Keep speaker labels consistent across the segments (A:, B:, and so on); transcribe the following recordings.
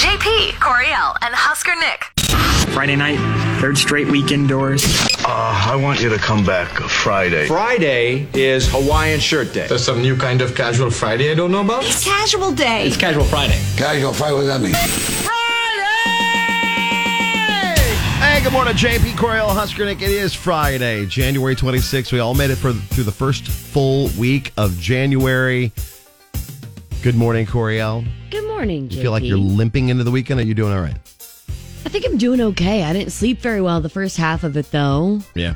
A: JP, Coriel, and Husker Nick.
B: Friday night, third straight week indoors.
C: Uh, I want you to come back Friday.
D: Friday is Hawaiian shirt day.
E: There's some new kind of casual Friday I don't know about.
F: Casual day.
G: Casual Friday.
H: Casual fight with that mean?
I: Hey, good morning, JP Coriel Huskernick. It is Friday, January 26th. We all made it for through the first full week of January. Good morning, Coriel.
J: Good morning, JP.
I: You feel like you're limping into the weekend? Are you doing all right?
J: I think I'm doing okay. I didn't sleep very well the first half of it, though.
I: Yeah.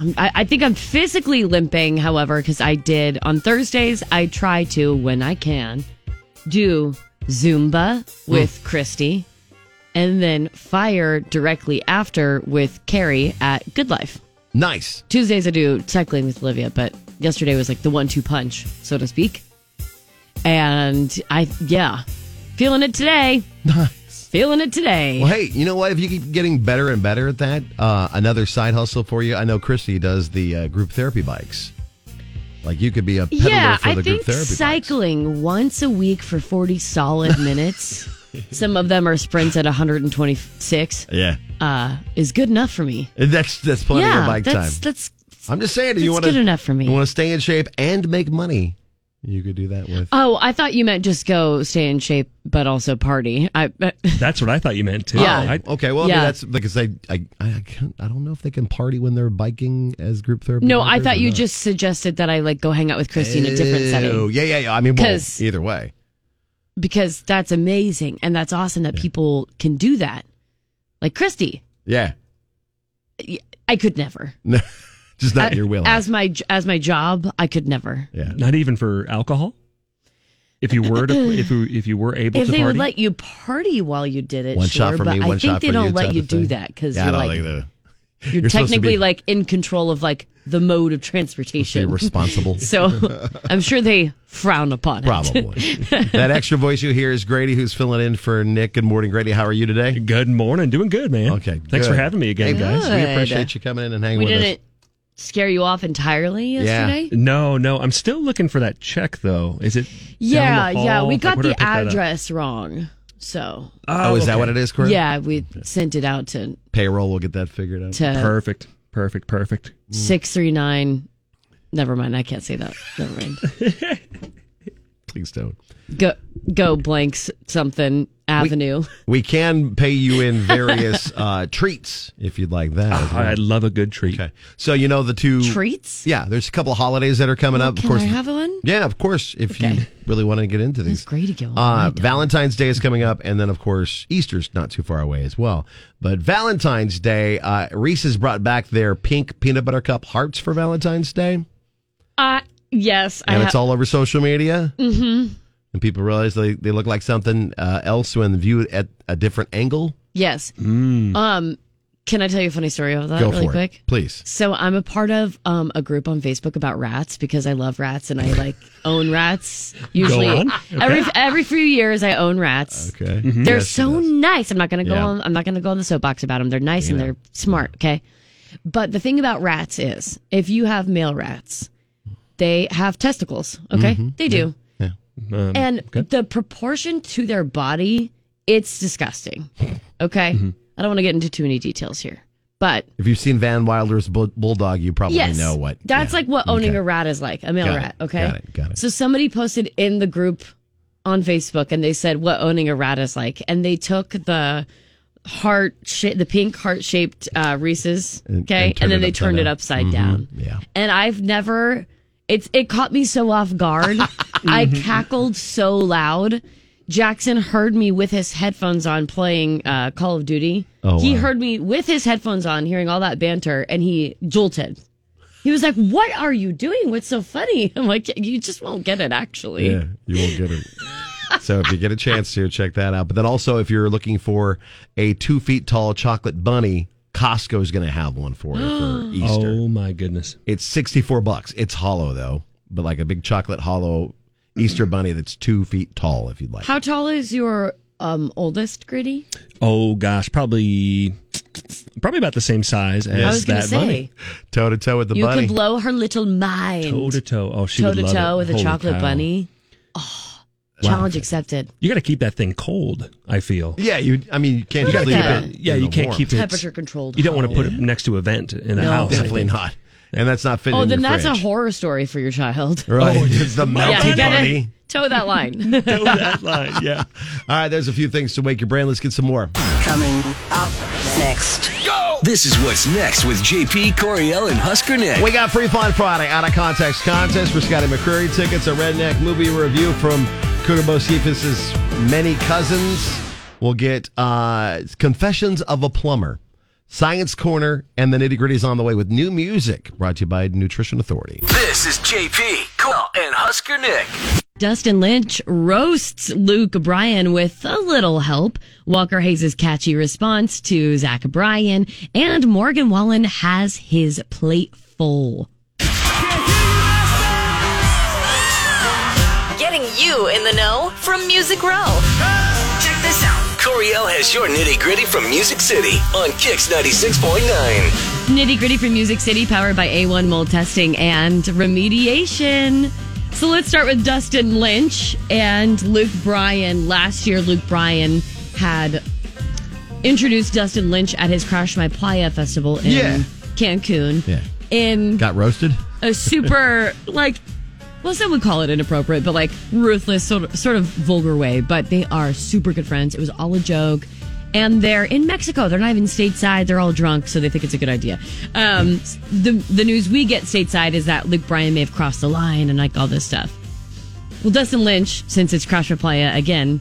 J: I'm, Um, I, I think I'm physically limping, however, because I did on Thursdays. I try to, when I can, do Zumba with Christy, and then fire directly after with Carrie at Good Life.
I: Nice.
J: Tuesdays I do cycling with Olivia, but yesterday was like the one-two punch, so to speak. And I, yeah, feeling it today. Nice. Feeling it today.
I: Well, hey, you know what? If you keep getting better and better at that, uh, another side hustle for you. I know Christy does the uh, group therapy bikes. Like you could be a peddler
J: yeah,
I: for the
J: I
I: group
J: think
I: therapy bikes.
J: cycling once a week for 40 solid minutes. Some of them are sprints at 126.
I: Yeah,
J: Uh, is good enough for me.
I: that's that's plenty
J: yeah,
I: of bike time.
J: that's, that's
I: I'm just saying, do you
J: that's
I: want
J: good enough for me.
I: You want to stay in shape and make money. You could do that with.
J: Oh, I thought you meant just go stay in shape, but also party. I uh,
G: That's what I thought you meant too.
J: Yeah.
G: I-
I: okay, well,
J: Yeah.
I: I mean, that's because they, I, I, I, can't, I don't know if they can party when they're biking as group therapy.
J: no, I
I: bikers or
J: thought you
I: not.
J: just suggested that I like go hang out with Christy in a different
I: Ew.
J: setting
I: Yeah, yeah, yeah. I mean, well,
J: 'Cause-
I: either way.
J: because that's amazing and that's awesome that people can do that. Like Christy,
I: Yeah,
J: I could never.
I: just not
J: A-
I: your will.
J: As my as my job, I could never.
I: yeah,
G: Not even for alcohol. If you were to, if you, if you were able
J: If
G: to
J: they
G: party,
J: would let you party while you did it,
I: one
J: sure,
I: shot for
J: but
I: me,
J: I
I: one
J: think
I: shot
J: they
I: for
J: don't
I: you
J: let
I: type
J: you
I: of
J: do
I: thing.
J: that because
I: Yeah, I
J: you're
I: don't
J: like
I: think they're-
J: you're,
I: you're supposed to
J: technically
I: be-
J: like in control of like the mode of
I: be
J: transportation.
I: responsible.
J: So I'm sure they frown upon it.
I: Probably. that extra voice you hear is Grady, who's filling in for Nick. Good morning, Grady. How are you today?
G: Good morning, doing good, man.
I: Okay,
G: thanks for
I: good.
G: having me again,
I: Hey,
G: guys.
I: We
J: Good.
I: appreciate you coming in and hanging
J: We
I: with us.
J: didn't scare you off entirely yesterday.
G: No, no, I'm still looking for that check though. Is it? down
J: Yeah,
G: the
J: yeah,
G: hall?
J: we
G: Like,
J: got
G: where did
J: the
G: I pick that up?
J: address wrong. So
I: Oh, is that
G: okay.
I: what it is, Corey?
J: yeah, we sent it out to
I: Payroll will get that figured out.
J: to
G: Perfect, perfect, perfect.
J: six three nine. Never mind, I can't say that. Never mind.
I: Please don't.
J: Go go blanks something avenue.
I: We can pay you in various uh, treats if you'd like that. as well.
G: I, I love a good treat.
I: Okay. So you know the two
J: Treats?
I: Yeah, there's a couple of holidays that are coming up.
J: Can
I: of course.
J: I have one?
I: yeah, of course. If you
J: Okay.
I: really want to get into
J: That's
I: these,
J: great to get one. I
I: Uh,
J: don't.
I: Valentine's Day is coming up, and then of course Easter's not too far away as well. But Valentine's Day, uh, Reese's brought back their pink peanut butter cup hearts for Valentine's Day,
J: Uh yes, I
I: and
J: have.
I: it's all over social media. Mm-hmm. And people realize they, they look like something uh, else when viewed at a different angle.
J: yes. Um, can I tell you a funny story about that
I: Mm. Go
J: really
I: for
J: quick?
I: it, please.
J: So I'm a part of um, a group on Facebook about rats because I love rats and I like own rats. Usually,
G: on.
J: every every few years I own rats.
I: Okay.
J: They're
I: Yes,
J: so nice. I'm not gonna go.
I: Yeah.
J: On, I'm not gonna go on the soapbox about them. They're nice and they're smart. Okay, but the thing about rats is, if you have male rats, they have testicles. Okay,
I: Mm-hmm.
J: they do,
G: Um,
J: and the proportion to their body, it's disgusting. Okay,
I: Mm-hmm.
J: I don't want to get into too many details here, but
I: If you've seen Van Wilder's bull- Bulldog, you probably
J: yes.
I: know what.
J: That's
I: yeah.
J: like what owning
I: Okay.
J: a rat is like, a male
I: Got it,
J: rat. Okay.
I: got it, got it.
J: So somebody posted in the group on Facebook and they said what owning a rat is like. And they took the heart, sha- the pink heart shaped uh, Reese's.
I: And-
J: Okay.
I: and
J: And,
I: turned
J: then
I: it
J: they
I: upside
J: turned it
I: down. Mm-hmm.
J: upside down.
I: Yeah.
J: And I've never, it's it caught me so off guard. I
G: Mm-hmm.
J: cackled so loud. Jackson heard me with his headphones on playing uh, Call of Duty.
I: Oh,
J: he
I: wow.
J: heard me with his headphones on, hearing all that banter, and he jolted. He was like, "What are you doing? What's so funny?" I'm like, "You just won't get it, actually."
I: Yeah, you won't get it. so if you get a chance to check that out, but then also if you're looking for a two feet tall chocolate bunny, Costco's going to have one for you for Easter.
G: oh my goodness.
I: It's sixty four bucks. It's hollow though, but like a big chocolate hollow Easter bunny that's two feet tall. If you'd like,
J: How tall is your um, oldest gritty?
G: Oh gosh, probably probably about the same size as
J: I was gonna
G: that
J: say
G: bunny.
I: toe to toe with the
J: you
I: bunny.
J: could blow her little mind
G: Toe to toe. Oh, she
J: toe
G: would
J: to
G: love
J: toe
G: it.
J: with a
G: Holy
J: chocolate
G: cow.
J: bunny. Challenge accepted.
G: You got to keep that thing cold. I feel.
I: Yeah, you. I mean, you can't just
J: gotta
I: leave
J: keep
I: it.
J: it-
G: Yeah,
I: in
G: you
I: the
G: can't
I: warmth.
G: keep it
J: Temperature controlled
G: You don't want to
J: home.
G: put it next to a vent in a
J: No.
G: house. I
I: Definitely
G: think.
I: not. And that's not fitting.
J: Oh,
I: in
J: then
I: your
J: that's
I: fridge.
J: a horror story for your child.
I: Right, Oh, it's the
J: Yeah, you
I: melting
J: gotta
I: party.
J: toe that line.
G: Go with that line, Yeah.
I: All right, there's a few things to wake your brain. Let's get some more.
F: Coming up next.
H: This is what's next with JP Coriel and Husker Nick.
I: We got Free Fun Friday out of context contest for Scotty McCreary tickets, a redneck movie review from Kutubo Cephas's many cousins. We'll get uh, Confessions of a Plumber, Science Corner, and the nitty gritties on the way with new music brought to you by Nutrition Authority.
H: This is JP Coriel and Husker Nick.
J: Dustin Lynch roasts Luke Bryan with a little help. Walker Hayes' catchy response to Zach Bryan, and Morgan Wallen has his plate full.
A: Getting you in the know from Music Row.
H: Check this out. Coriel has your nitty gritty from Music City on Kix 96.9.
J: Nitty gritty from Music City, powered by A1 mold testing and remediation. So let's start with Dustin Lynch and Luke Bryan. Last year, Luke Bryan had introduced Dustin Lynch at his Crash My Playa festival in
I: Yeah.
J: Cancun.
I: Yeah.
J: In
I: Got roasted?
J: a super like well some would call it inappropriate but like ruthless sort of, sort of vulgar way but they are super good friends it was all a joke and they're in Mexico. They're not even stateside. They're all drunk, so they think it's a good idea. Um, the the news we get stateside is that Luke Bryan may have crossed the line and like all this stuff. Well, Dustin Lynch, since it's Crash Playa again,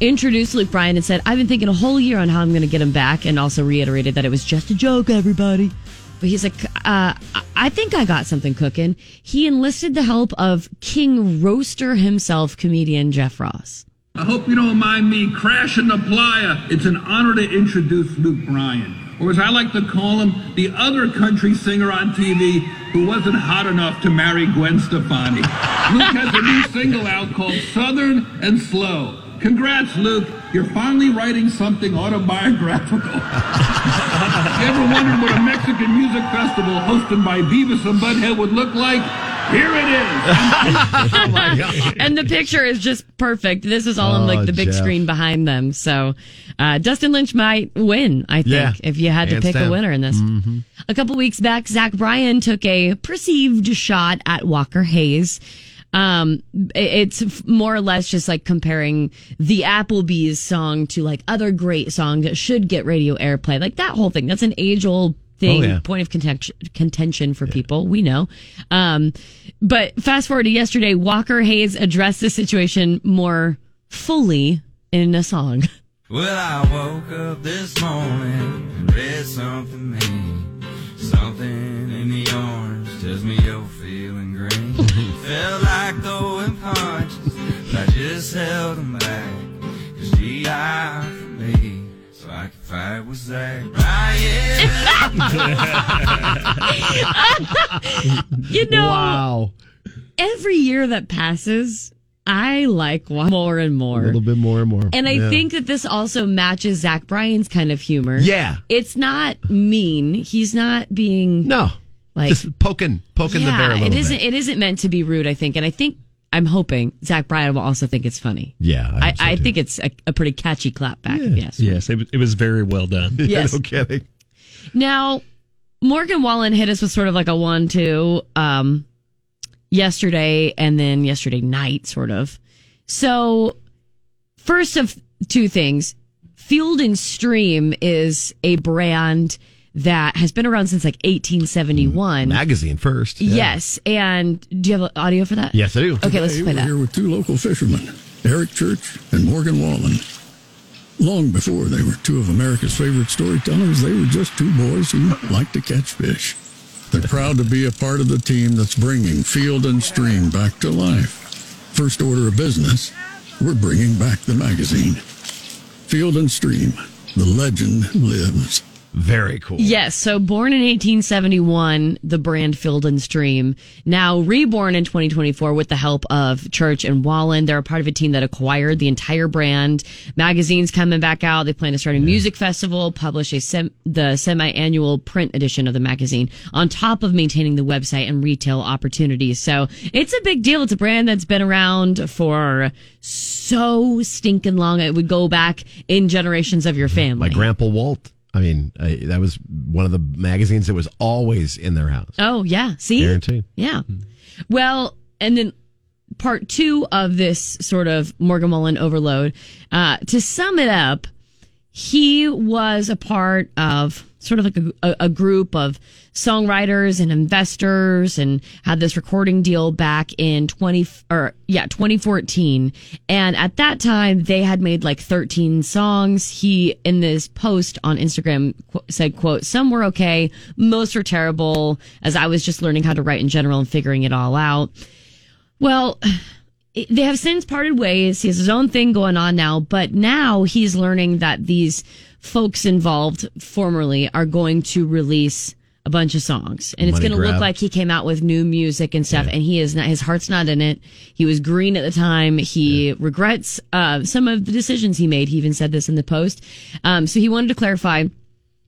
J: introduced Luke Bryan and said, I've been thinking a whole year on how I'm going to get him back, and also reiterated that it was just a joke, everybody. But he's like, uh, I- I think I got something cooking. He enlisted the help of King Roaster himself, comedian Jeff Ross.
K: I hope you don't mind me crashing the playa. It's an honor to introduce Luke Bryan, or as I like to call him, the other country singer on TV who wasn't hot enough to marry Gwen Stefani. Luke has a new single out called Southern and Slow. Congrats, Luke. You're finally writing something autobiographical. You ever wondered what a Mexican music festival hosted by Beavis and Butthead would look like? Here it is.
J: and the picture is just perfect. This is all on
I: Oh,
J: like the big
I: Jeff.
J: screen behind them. So uh, Dustin Lynch might win, I think,
I: Yeah.
J: if you had to
I: Hands
J: pick
I: down. Mm-hmm.
J: a winner in this. A couple weeks back, Zach Bryan took a perceived shot at Walker Hayes. Um, it- it's f- more or less just like comparing the Applebee's song to like other great songs that should get radio airplay, like that whole thing. That's an age old thing,
I: Oh, yeah.
J: point of contention, contention for people. We know. Um, but fast forward to yesterday, Walker Hayes addressed the situation more fully in a song.
K: Well, I woke up this morning and read something mean. Something in the orange tells me you're feeling green. Felt like throwing punches, but I just held them back. Cause GI for me, so I could fight with Zach Bryan.
J: You know,
I: Wow.
J: every year that passes, I like Walker more and more.
I: A little bit more and more.
J: And I
I: Yeah.
J: think that this also matches Zach Bryan's kind of humor.
I: Yeah.
J: It's not mean. He's not being
I: No.
J: like
I: Just poking, poking the bear a
J: yeah,
I: little
J: it
I: bit.
J: isn't it isn't meant to be rude, I think. And I think I'm hoping Zach Bryan will also think it's funny.
I: Yeah.
J: I,
I: hope so,
J: I
I: too.
J: think it's a, a pretty catchy clap back. Yes.
G: Yes, it, was- it was very well done.
J: Yes.
I: No kidding.
J: Now, Morgan Wallen hit us with sort of like a one two um, yesterday and then yesterday night, sort of. So, first of two things Field and Stream is a brand that has been around since like 1871.
I: Magazine first. Yeah.
J: Yes. And do you have audio for that?
I: Yes, I do.
J: Okay, let's play that.
K: with two local fishermen, Eric Church and Morgan Wallen. Long before they were two of America's favorite storytellers, they were just two boys who liked to catch fish. They're proud to be a part of the team that's bringing field and stream back to life. First order of business, we're bringing back the magazine. Field and Stream, the legend lives.
I: Very cool.
J: Yes. So born in 1871, the brand Field and Stream, now reborn in 2024 with the help of Church and Wallen. They're a part of a team that acquired the entire brand. Magazines coming back out. They plan to start a music festival, publish a sem- the semi-annual print edition of the magazine on top of maintaining the website and retail opportunities. So it's a big deal. It's a brand that's been around for so stinking long. It would go back in generations of your family.
I: My grandpa Walt. I mean, I, that was one of the magazines that was always in their house.
J: Oh yeah, see,
I: Guaranteed. Mm-hmm.
J: Yeah. Well, and then part two of this sort of Morgan Wallen overload. Uh, to sum it up, he was a part of sort of like a, a, a group of songwriters and investors, and had this recording deal back in twenty or yeah twenty fourteen. And at that time, they had made like thirteen songs. He in this post on Instagram qu- said, "quote Some were okay, most were terrible. As I was just learning how to write in general and figuring it all out." Well, they have since parted ways. He has his own thing going on now, but now he's learning that these folks involved formerly are going to release a bunch of songs and it's
I: Money
J: going to look
I: grab.
J: like he came out with new music and stuff and he is not his heart's not in it he was green at the time he regrets uh, some of the decisions he made he even said this in the post um, so he wanted to clarify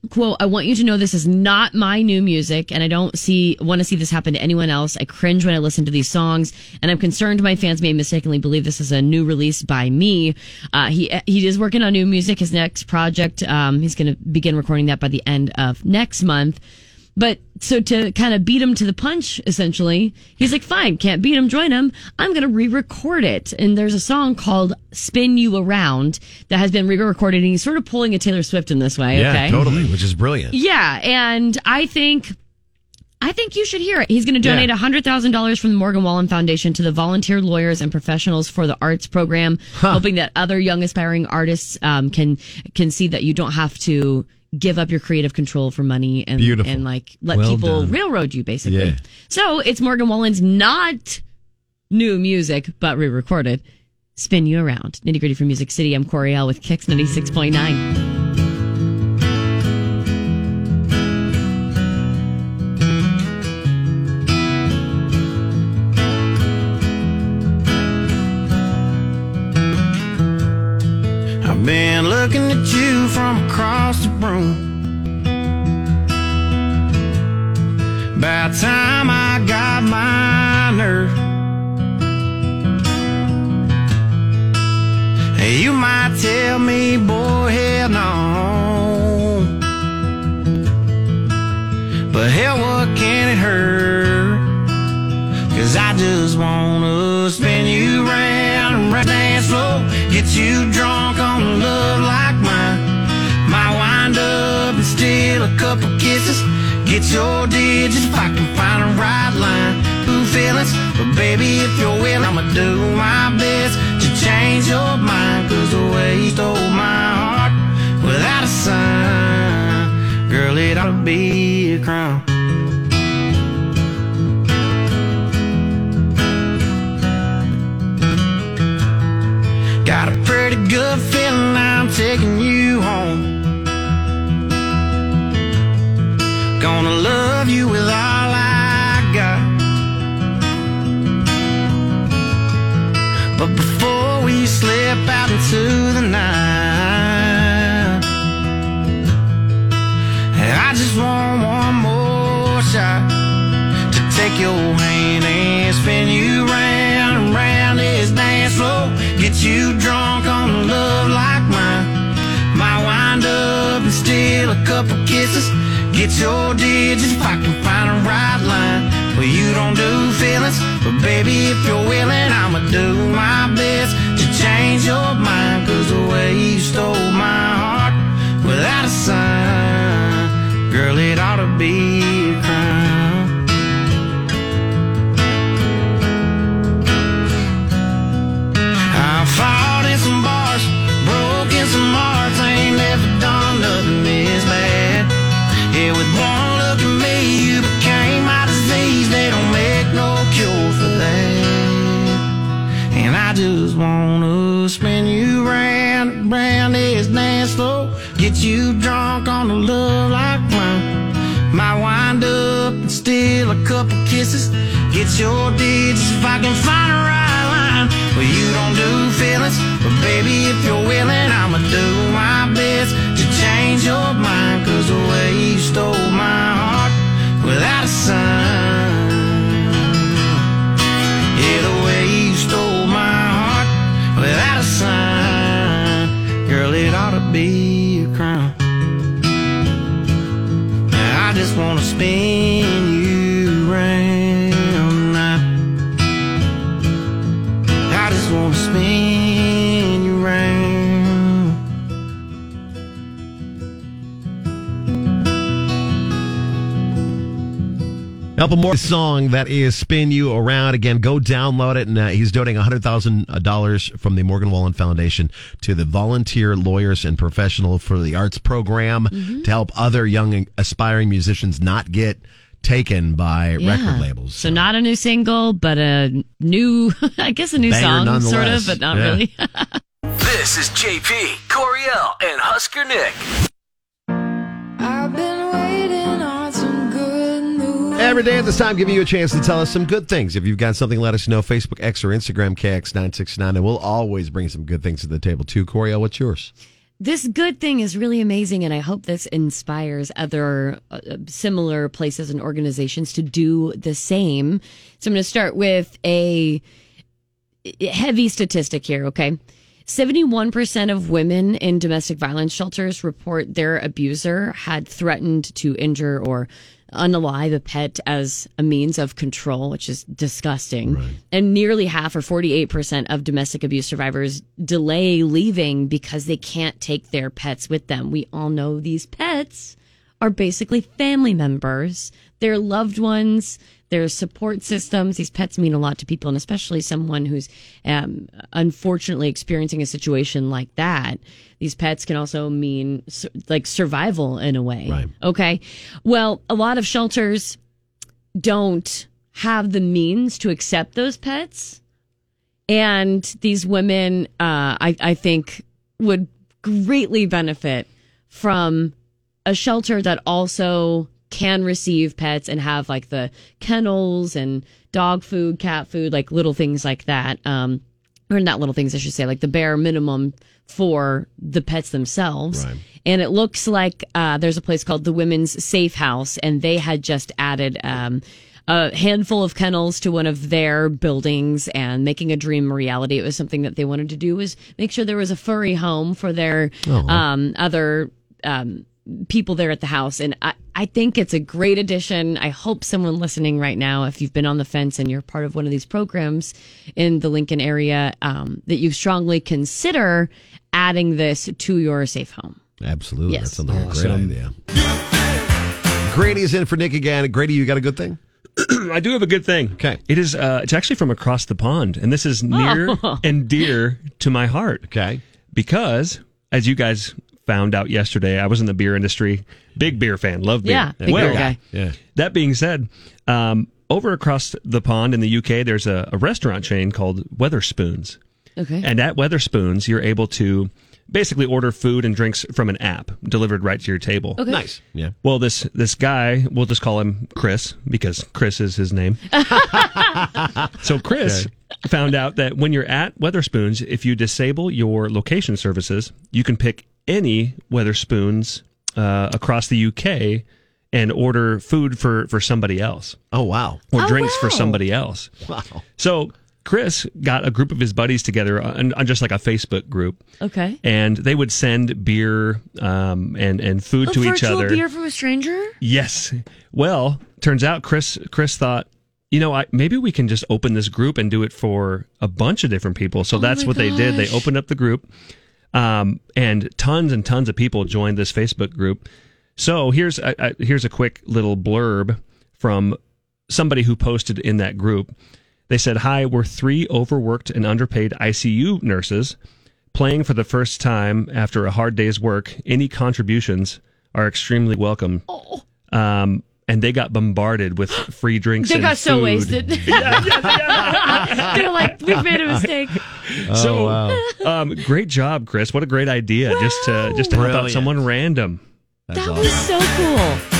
J: quote i want you to know this is not my new music and i don't see want to see this happen to anyone else i cringe when i listen to these songs and i'm concerned my fans may mistakenly believe this is a new release by me uh, he he is working on new music his next project um, he's going to begin recording that by the end of next month but so to kind of beat him to the punch, essentially, he's like, fine, can't beat him, join him. I'm going to re record it. And there's a song called Spin You Around that has been re recorded. And he's sort of pulling a Taylor Swift in this way.
I: Yeah,
J: okay.
I: totally, which is brilliant.
J: Yeah, and I think I think you should hear it. He's going to donate
I: Yeah.
J: $100,000 from the Morgan Wallen Foundation to the Volunteer Lawyers and Professionals for the Arts program, hoping that other young aspiring artists um, can can see that you don't have to give up your creative control for money and
I: Beautiful.
J: and like let
I: Well
J: people
I: done.
J: railroad you basically.
I: Yeah.
J: So, it's Morgan Wallen's not new music but re-recorded. Spin you around. Nitty gritty from Music City. I'm Coriel with Kicks 96.9.
L: I've been looking at you from across the room. By the time I got my nerve, you might tell me, boy, hell no. But hell, what can it hurt? Cause I just wanna spin you round, round dance floor, get you drunk on love like mine. My wind up and steal a couple kisses, get your digits if I can find a right line. Ooh, feelings, but baby, if you're willing, I'ma do my best to change your mind. Cause the way you stole my heart without a sign, girl, it ought to be a crime. Got a pretty good feeling I'm taking you home. Gonna love you with all I got. But before we slip out into the night, I just want one more shot to take your hand and spin you round and round this dance floor. Get you drunk on love like mine. My wind up and steal a couple kisses. Get your digits if I can find a right line. Well, you don't do feelings, but baby, if you're willing, I'ma do my best to change your mind. Cause the way you stole my heart without a sign, girl, it ought to be a crime. I fought in some bars, broke in some hearts, ain't never done nothing this bad. Yeah, with one look at me, you became my disease. They don't make no cure for that. And I just wanna spin you round, round this dance floor, get you drunk on the love light. couple kisses, get your digits if I can find a right line. Well, you don't do feelings, but baby, if you're willing, I'ma do my best to change your mind. Cause the way you stole my heart without a sign. Yeah, the way you stole my heart without a sign. Girl, it ought to be a crime. I just wanna spin you round now. I just wanna spin you round.
I: Elpamore song that is "Spin You Around." Again, go download it, and uh, he's donating hundred thousand uh, dollars from the Morgan Wallen Foundation to the Volunteer Lawyers and Professional for the Arts program
J: Mhm.
I: to help other young and aspiring musicians not get taken by record labels.
J: So not a new single, but a new, I guess, a new
I: Banger
J: song, sort of,
I: nonetheless.
J: but not
I: Yeah.
J: really.
H: This is JP, Coriel, and Husker Nick.
M: I've been waiting on some good news.
I: Every day at this time, giving you a chance to tell us some good things. If you've got something, let us know. Facebook X or Instagram KX969, and we'll always bring some good things to the table too. Coriel, what's yours?
J: This good thing is really amazing, and I hope this inspires other uh, similar places and organizations to do the same. So I'm going to start with a eh, heavy statistic here, okay? 71% of women in domestic violence shelters report their abuser had threatened to injure or unalive a pet as a means of control, which is disgusting. And nearly half, or 48%, of domestic abuse survivors delay leaving because they can't take their pets with them. We all know these pets are basically family members. They're loved ones. They're support systems. These pets mean a lot to people, and especially someone who's um, unfortunately experiencing a situation like that. These pets can also mean su- like survival in a way. Right. Okay. Well, a lot of shelters don't have the means to accept those pets. And these women, uh, I, I think, would greatly benefit from a shelter that also can receive pets and have like the kennels and dog food, cat food, like little things like that. Um, or not little things, I should say, like the bare minimum for the pets themselves. And it looks like uh, there's a place called the Women's Safe House, and they had just added um, a handful of kennels to one of their buildings and making a dream a reality. It was something that they wanted to do was make sure there was a furry home for their
N: Oh.
J: um, other um, people there at the house. And I, I think it's a great addition. I hope someone listening right now, if you've been on the fence and you're part of one of these programs in the Lincoln area, um, that you strongly consider adding this to your safe home.
I: Absolutely.
J: Yes.
I: That sounds like a
J: Awesome.
I: great idea. Grady's in for Nick again. Grady, you got a good thing?
G: I do have a good thing.
I: Okay.
G: It is uh it's actually from across the pond and this
J: Oh.
G: is near and dear to my heart.
I: Okay.
G: Because as you guys found out yesterday, I was in the beer industry, big beer fan, love beer.
J: Yeah, big
G: well,
J: beer guy.
I: Yeah.
G: That being said, um over across the pond in the UK, there's a, a restaurant chain called Weatherspoons.
J: Okay.
G: And at Weatherspoons, you're able to basically order food and drinks from an app delivered right to your table.
J: Okay. Nice.
I: Yeah.
G: Well, this this guy, we'll just call him Chris because Chris is his name. so Chris found out that when you're at Weatherspoons, if you disable your location services, you can pick any Weatherspoons uh, across the UK and order food for for somebody else.
I: Oh wow!
G: Or drinks for somebody else.
I: Wow.
G: So Chris got a group of his buddies together on, on just like a Facebook group.
J: Okay.
G: And they would send beer um, and and food
J: a
G: to each
J: virtual
G: other.
J: beer from a stranger?
G: Yes. Well, turns out Chris Chris thought, you know, I, maybe we can just open this group and do it for a bunch of different people. So
O: Oh
G: that's
O: my
G: what they did. They
O: gosh.
G: opened up the group, um, and tons and tons of people joined this Facebook group. So here's a, a, here's a quick little blurb from somebody who posted in that group. They said, "Hi, we're three overworked and underpaid ICU nurses." Playing for the first time after a hard day's work, any contributions are extremely welcome.
J: Oh.
G: Um, and they got bombarded with free drinks.
J: They
G: and
J: got so
G: food.
J: wasted. They're like, we've made a mistake.
I: Oh,
G: so, um, great job, Chris. What a great idea! Just to just to help out
I: Brilliant.
G: someone random.
J: That was so cool.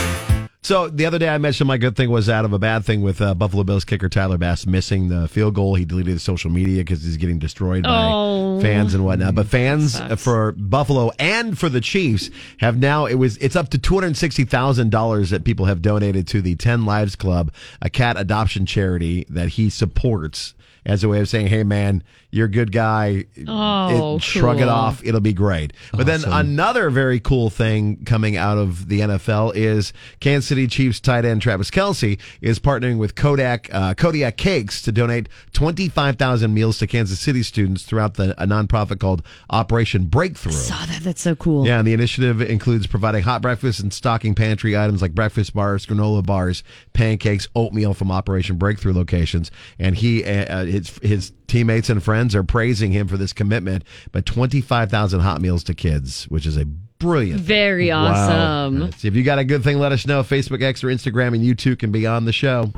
I: So the other day I mentioned my good thing was out of a bad thing with uh, Buffalo Bills kicker Tyler Bass missing the field goal. He deleted his social media because he's getting destroyed by
J: Oh.
I: fans and whatnot. But fans uh, for Buffalo and for the Chiefs have now it was it's up to two hundred sixty thousand dollars that people have donated to the Ten Lives Club, a cat adoption charity that he supports. As a way of saying, "Hey, man, you're a good guy.
J: Oh,
I: shrug it
J: cool.
I: off it'll be great. But then another very cool thing coming out of the NFL is Kansas City Chiefs tight end Travis Kelsey is partnering with Kodak uh, Kodiak Cakes to donate 25,000 meals to Kansas City students throughout the a nonprofit called Operation Breakthrough.
J: Saw that. That's so cool.
I: Yeah, and the initiative includes providing hot breakfast and stocking pantry items like breakfast bars, granola bars, pancakes, oatmeal from Operation Breakthrough locations. And he, uh, his, his teammates and friends are praising him for this commitment. But twenty five thousand hot meals to kids, which is a brilliant,
J: Very awesome.
I: Wow. So if you got a good thing, let us know. Facebook, X, or Instagram, and you too can be on the show.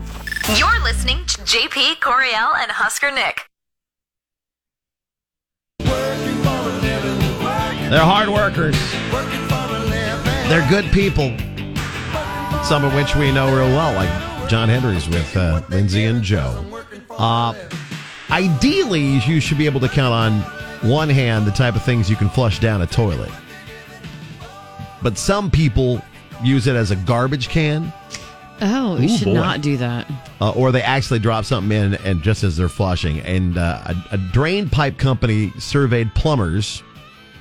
A: You're listening to JP, Coriel, and Husker Nick.
I: They're hard workers. They're good people. Some of which we know real well, like John Henry's with uh, Lindsay and Joe. Uh, ideally, you should be able to count on one hand the type of things you can flush down a toilet. But some people use it as a garbage can,
J: Oh, you
I: Ooh,
J: should
I: boy.
J: not do that.
I: uh, or they actually drop something in and just as they're flushing. And uh, a, a drain pipe company surveyed plumbers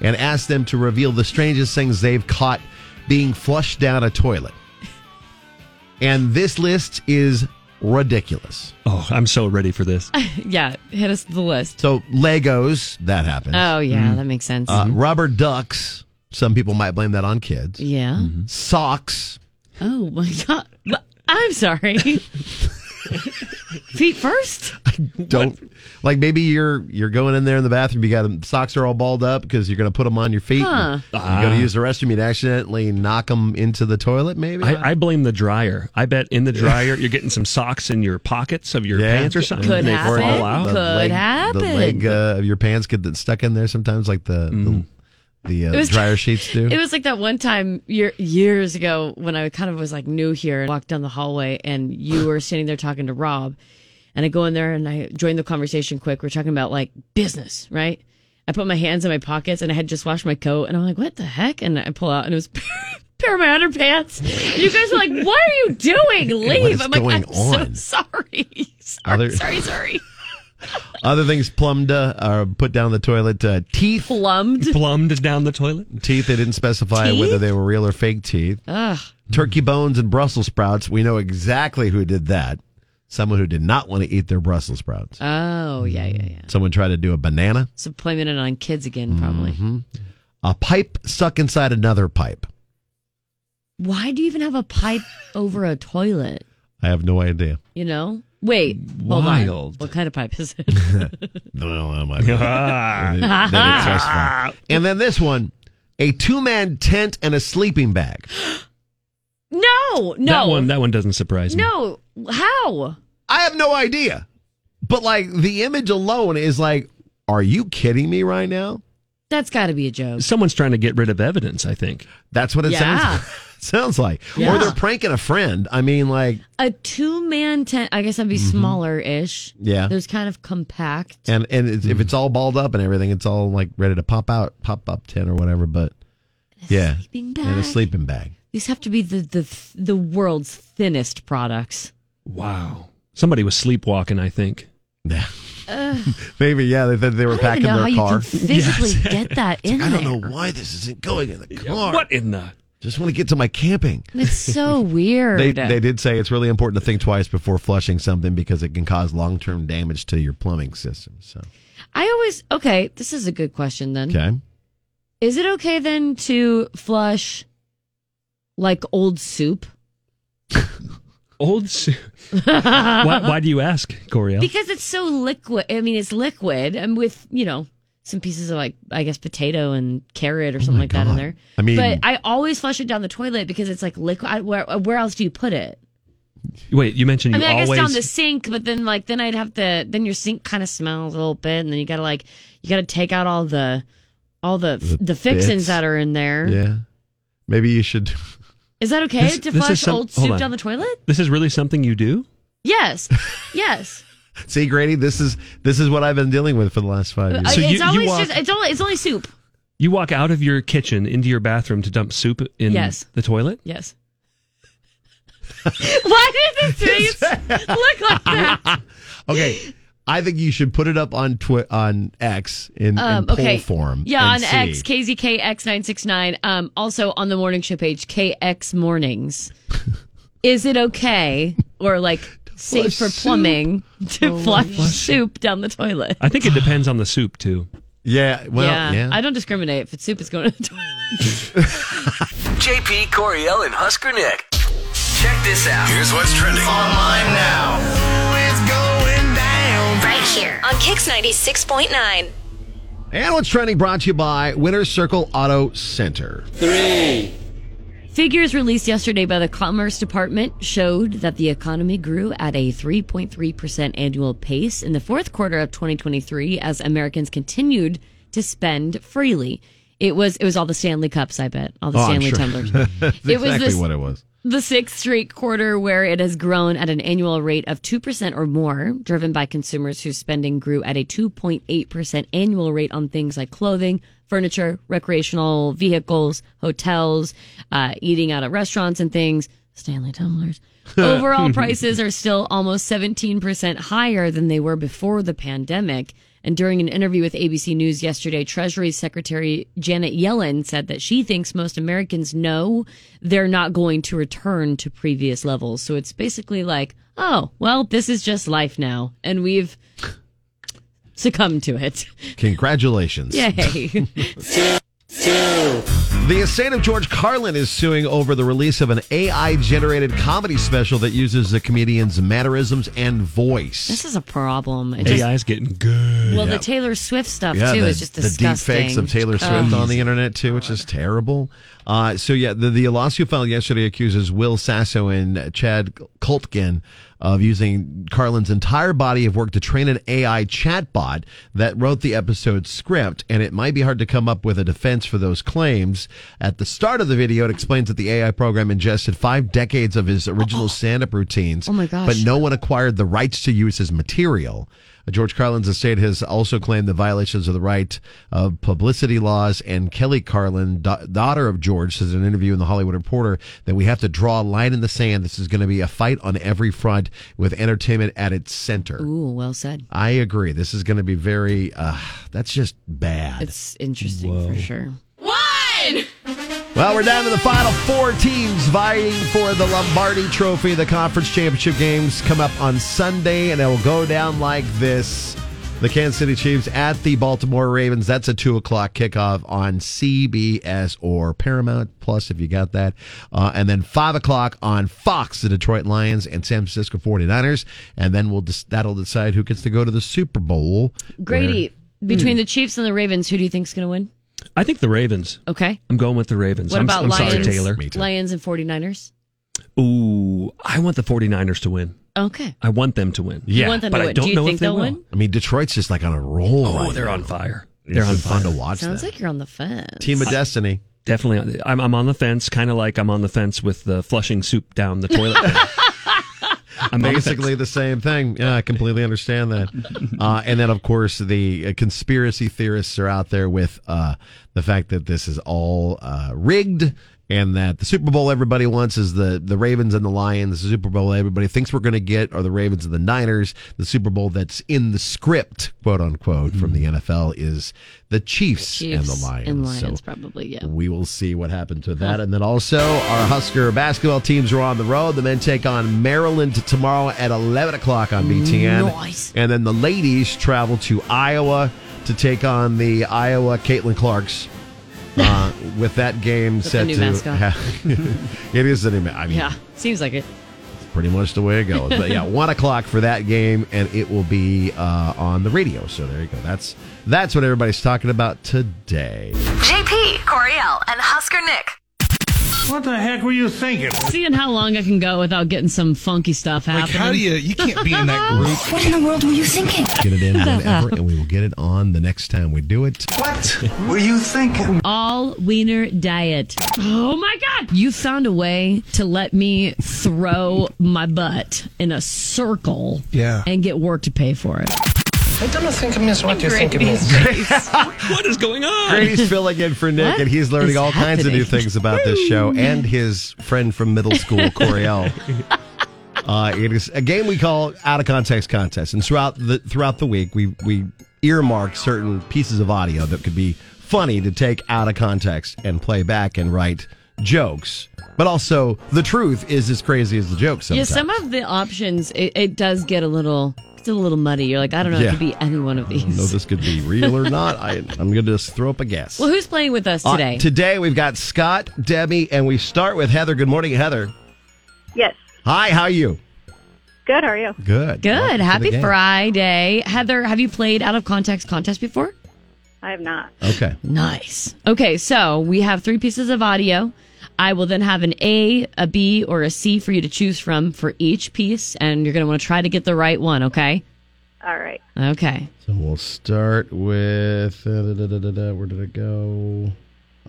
I: and asked them to reveal the strangest things they've caught being flushed down a toilet. And this list is ridiculous.
G: Oh, I'm so ready for this.
J: yeah, hit us with the list.
I: So Legos, that happens.
J: Oh yeah,
G: Mm-hmm.
J: that makes sense.
I: Uh, rubber ducks. Some people might blame that on kids.
J: yeah.
G: Mm-hmm.
I: Socks.
J: Oh my god. Wha- I'm sorry. Feet first?
I: Don't like maybe you're you're going in there in the bathroom. You got 'em- socks are all balled up because you're going to put them on your feet.
J: Huh.
I: and You
G: Ah.
I: go to use the restroom. You'd accidentally knock them into the toilet. Maybe
G: I, I blame the dryer. I bet in the dryer you're getting some socks in your pockets of your
I: Yeah.
G: pants or something.
J: Could
G: and they
J: happen.
G: fall out.
J: Could
I: leg,
J: happen.
I: The leg uh, of your pants get that stuck in there sometimes, like the
G: Mm.
I: the, the
J: It
I: uh,
J: was-
I: dryer sheets do.
J: It was like that one time year, years ago when I kind of was like new here and walked down the hallway and you were standing there talking to Rob. And I go in there and I join the conversation quick. We're talking about like business, right? I put my hands in my pockets and I had just washed my coat and I'm like, what the heck? And I pull out and it was a pair of my underpants. You guys are like, what are you doing? Leave.
I: What is
J: I'm like,
I: going
J: I'm
I: on?"
J: so sorry. sorry,
I: Other-
J: sorry, sorry.
I: Other things plumbed uh, are put down the toilet. Uh, teeth.
J: Plumbed.
G: Plumbed down the toilet.
I: Teeth. They didn't specify
J: Teeth?
I: whether they were real or fake teeth.
J: Ugh.
I: Turkey bones and Brussels sprouts. We know exactly who did that. Someone who did not want to eat their Brussels sprouts.
J: Oh, yeah, yeah, yeah.
I: Someone tried to do a banana. Mm-hmm.
J: So blaming it on kids
I: Mm.
J: again, probably.
I: A pipe stuck inside another pipe.
J: Why do you even have a pipe over a toilet?
I: I have no idea.
J: You know? Wait, hold on.
G: Wild.
J: What kind of pipe is it?
I: Well, I might be- That is just fine. and then this one a two man tent and a sleeping bag.
J: no, no,
G: That one, that one doesn't surprise me.
J: no. How?
I: I have no idea. But like the image alone is like, are you kidding me right now?
J: That's got to be a joke.
G: Someone's trying to get rid of evidence. I think.
I: That's what it
J: Yeah.
I: sounds sounds like.
J: Yeah.
I: Or they're pranking a friend. I mean, like,
J: A two man tent. I guess that'd be smaller ish.
I: Mm-hmm. Yeah.
J: There's kind of compact.
I: and and it's, if it's all balled up and everything, it's all like ready to pop out, pop up ten or whatever. But yeah,
J: sleeping
I: and a
J: bag.
I: sleeping bag.
J: These have to be the, the, the world's thinnest products.
G: Wow. Somebody was sleepwalking. I think.
I: Yeah,
J: Ugh.
I: maybe yeah. They said they were
J: I don't
I: packing
J: even know how
I: their
J: you
I: car.
J: can physically get that in
I: I don't
J: there.
I: know why this isn't going in the car.
G: What in the?
I: Just want to get to my camping.
J: It's so weird.
I: They, they did say it's really important to think twice before flushing something because it can cause long term damage to your plumbing system. So
J: I always okay. This is a good question then.
I: okay,
J: Is it okay then to flush like old soup?
G: Old. Su- why, why do you ask, Coriel?
J: Because it's so liquid. I mean, it's liquid and with, you know, some pieces of like, I guess, potato and
G: Oh
J: carrot or something like that in
I: God.
J: there.
I: I mean-
J: but I always flush it down the toilet because it's like liquid. I- Where, where else do you put it?
G: Wait, you mentioned
J: I
G: you
J: mean, I guess
G: always.
J: down the sink, but then like, then I'd have to, then your sink kind of smells a little bit and then you gotta like, you gotta take out all the, all the, the,
I: The
J: fixings
I: bits.
J: that are in there.
I: yeah, maybe you should.
J: Is that okay
G: This-
J: to
G: this is
J: flush
G: some-
J: old
G: hold
J: soup
G: on.
J: down the toilet?
G: This is really something you do?
J: Yes. yes.
I: See, Grady, this is this is what I've been dealing with for the last five
J: Uh,
I: years.
J: it's always
G: walk-
J: just it's only it's only soup.
G: You walk out of your kitchen into your bathroom to dump soup in
J: Yes.
G: the toilet?
J: Yes. Why did the face look like that?
I: okay, I think you should put it up on twi- on X in, in poll form.
J: Um, Yeah, on
I: and see.
J: X, KZKX969. Um, also on the morning show page, KX Mornings. Is it okay or like safe for
N: flush
J: plumbing to Oh, flush soup down the toilet?
G: I think it depends on the soup too.
I: Yeah,
J: I don't discriminate. If it's soup, it's going to the toilet.
H: JP Coriel and Husker Nick. Check this out. Here's what's trending
O: Uh,
H: online now.
A: Right here on Kix 96.9.
I: And what's trending brought to you by Winter Circle Auto Center. Three.
J: Figures released yesterday by the Commerce Department showed that the economy grew at a 3.3% annual pace in the fourth quarter of 2023 as Americans continued to spend freely. It was it was all the Stanley Cups, I bet.
I: Oh,
J: All the Stanley tumblers.
I: exactly
J: It was this-
I: what it was.
J: The sixth straight quarter where it has grown at an annual rate of 2% or more, driven by consumers whose spending grew at a 2.8% annual rate on things like clothing, furniture, recreational vehicles, hotels, uh, eating out at restaurants and things, Stanley tumblers. Overall prices are still almost 17% higher than they were before the pandemic. And during an interview with ABC News yesterday, Treasury Secretary Janet Yellen said that she thinks most Americans know they're not going to return to previous levels. So it's basically like, oh, well, this is just life now. And we've succumbed to it.
I: Congratulations.
J: Yay.
I: The estate of George Carlin is suing over the release of an AI generated comedy special that uses the comedian's mannerisms and voice.
J: this is a problem. It just-
G: AI's getting good.
J: well, the Taylor Swift stuff,
I: yeah,
J: too,
I: the,
J: is just
I: the deep
J: disgusting. Oh.
I: fakes of Taylor Swift
J: Ugh.
I: on the internet too, which is terrible. Uh, so yeah, the, the lawsuit filed yesterday accuses Will Sasso and Chad Kultgen of using Carlin's entire body of work to train an AI chatbot that wrote the episode script, and it might be hard to come up with a defense for those claims. At the start of the video, it explains that the AI program ingested five decades of his original stand-up routines.
J: Oh my gosh.
I: But no one acquired the rights to use his material. Uh, George Carlin's estate has also claimed the violations of the right of publicity laws. And Kelly Carlin, da- daughter of George, says in an interview in the Hollywood Reporter that we have to draw a line in the sand. This is going to be a fight on every front with entertainment at its center.
J: Ooh, well said.
I: I agree. This is going to be very, uh, that's just bad.
J: It's interesting for sure.
I: Well, we're down to the final four teams vying for the Lombardi Trophy. The conference championship games come up on Sunday, and it will go down like this. The Kansas City Chiefs at the Baltimore Ravens. That's a 2 o'clock kickoff on CBS or Paramount Plus, if you got that. Uh, and then 5 o'clock on Fox, the Detroit Lions and San Francisco 49ers. And then we'll dis- that'll decide who gets to go to the Super Bowl.
J: Grady,
N: Hmm.
J: between the Chiefs and the Ravens, who do you think's going to win?
G: I think the Ravens.
J: Okay.
G: I'm going with the Ravens.
J: What
G: I'm,
J: about
G: I'm
J: Lions?
G: sorry, Taylor.
J: Lions and 49ers.
G: Ooh, I want the 49ers to win.
J: Okay.
G: I want them to win.
J: You want them
G: but
J: to
G: I
J: win.
G: don't
J: Do you
G: know
J: think
G: if they
J: they'll
G: will.
J: win?
I: I mean, Detroit's just like on a roll.
G: Oh,
I: right
G: they're
I: now.
G: on fire.
I: It's
G: They're on
I: been fun to
G: fire.
I: watch.
J: Sounds
I: that.
J: like you're on the fence.
I: Team of Destiny.
G: Definitely, on, I'm, I'm on the fence, kind of like I'm on the fence with the flushing soup down the toilet. thing. I'm on the fence.
I: basically the same thing. Yeah, I completely understand that. Uh, and then, of course, the uh, conspiracy theorists are out there with uh, the fact that this is all uh, rigged. And that the Super Bowl everybody wants is the, the Ravens and the Lions. The Super Bowl everybody thinks we're going to get are the Ravens and the Niners. The Super Bowl that's in the script, quote unquote, from the NFL is the Chiefs, and the
J: Chiefs
I: Lions.
J: and Lions,
I: So-
J: probably, yeah.
I: we will see what happened to that. And then also, our Husker basketball teams are on the road. The men take on Maryland tomorrow at 11 o'clock on BTN.
J: Nice.
I: And then the ladies travel to Iowa to take on the Iowa Caitlin Clarks. Uh, with that game
J: With the
I: set
J: new
I: to
J: mascot.
I: it is the new. ma- I mean,
J: Yeah. Seems like it.
I: pretty much the way it goes. But yeah, one o'clock for that game, and it will be uh, on the radio. So there you go. That's that's what everybody's talking about today.
A: JP Coriel and Husker Nick.
N: What the heck were you thinking?
J: Seeing how long I can go without getting some funky stuff happening.
N: Like, how do you? You can't be in that group.
J: what in the world were you thinking?
I: Get it in whenever, and we will get it on the next time we do it.
N: What were you thinking?
J: All wiener diet. Oh my god! You found a way to let me throw my butt in a circle.
N: Yeah.
J: And get work to pay for it.
N: I don't think I miss what you think it is.
G: what is going on?
I: Grady's filling in for Nick,
N: What
I: and he's learning
N: is
I: all kinds of new
N: happening?
I: things about this show and his friend from middle school, Coriel. Uh, it is a game we call out of context contest, and throughout the throughout the week, we we earmark certain pieces of audio that could be funny to take out of context and play back and write jokes. But also, the truth is as crazy as the jokes. Sometimes.
J: Yeah, some of the options it, it does get a little it's a little muddy. You're like, I don't know,
I: Yeah.
J: it could be any one of
I: I don't know if
J: these.
I: this could be real or not. I, I'm going to just throw up a guess.
J: Well, who's playing with us
I: Uh,
J: today?
I: today we've got Scott, Debbie, and we start with Heather. Good morning, Heather.
O: Yes.
I: Hi, how are you?
O: Good. How are you?
I: Good. Welcome
J: Good.
I: to the
J: Happy
I: game.
J: Friday. Heather, have you played out of context contest before?
O: I have not.
I: Okay.
J: Nice. Okay, so we have three pieces of audio. I will then have an A, a B, or a C for you to choose from for each piece, and you're going to want to try to get the right one, okay?
O: All right.
J: Okay.
I: So we'll start with. Uh, da, da, da, da, da, where did it go?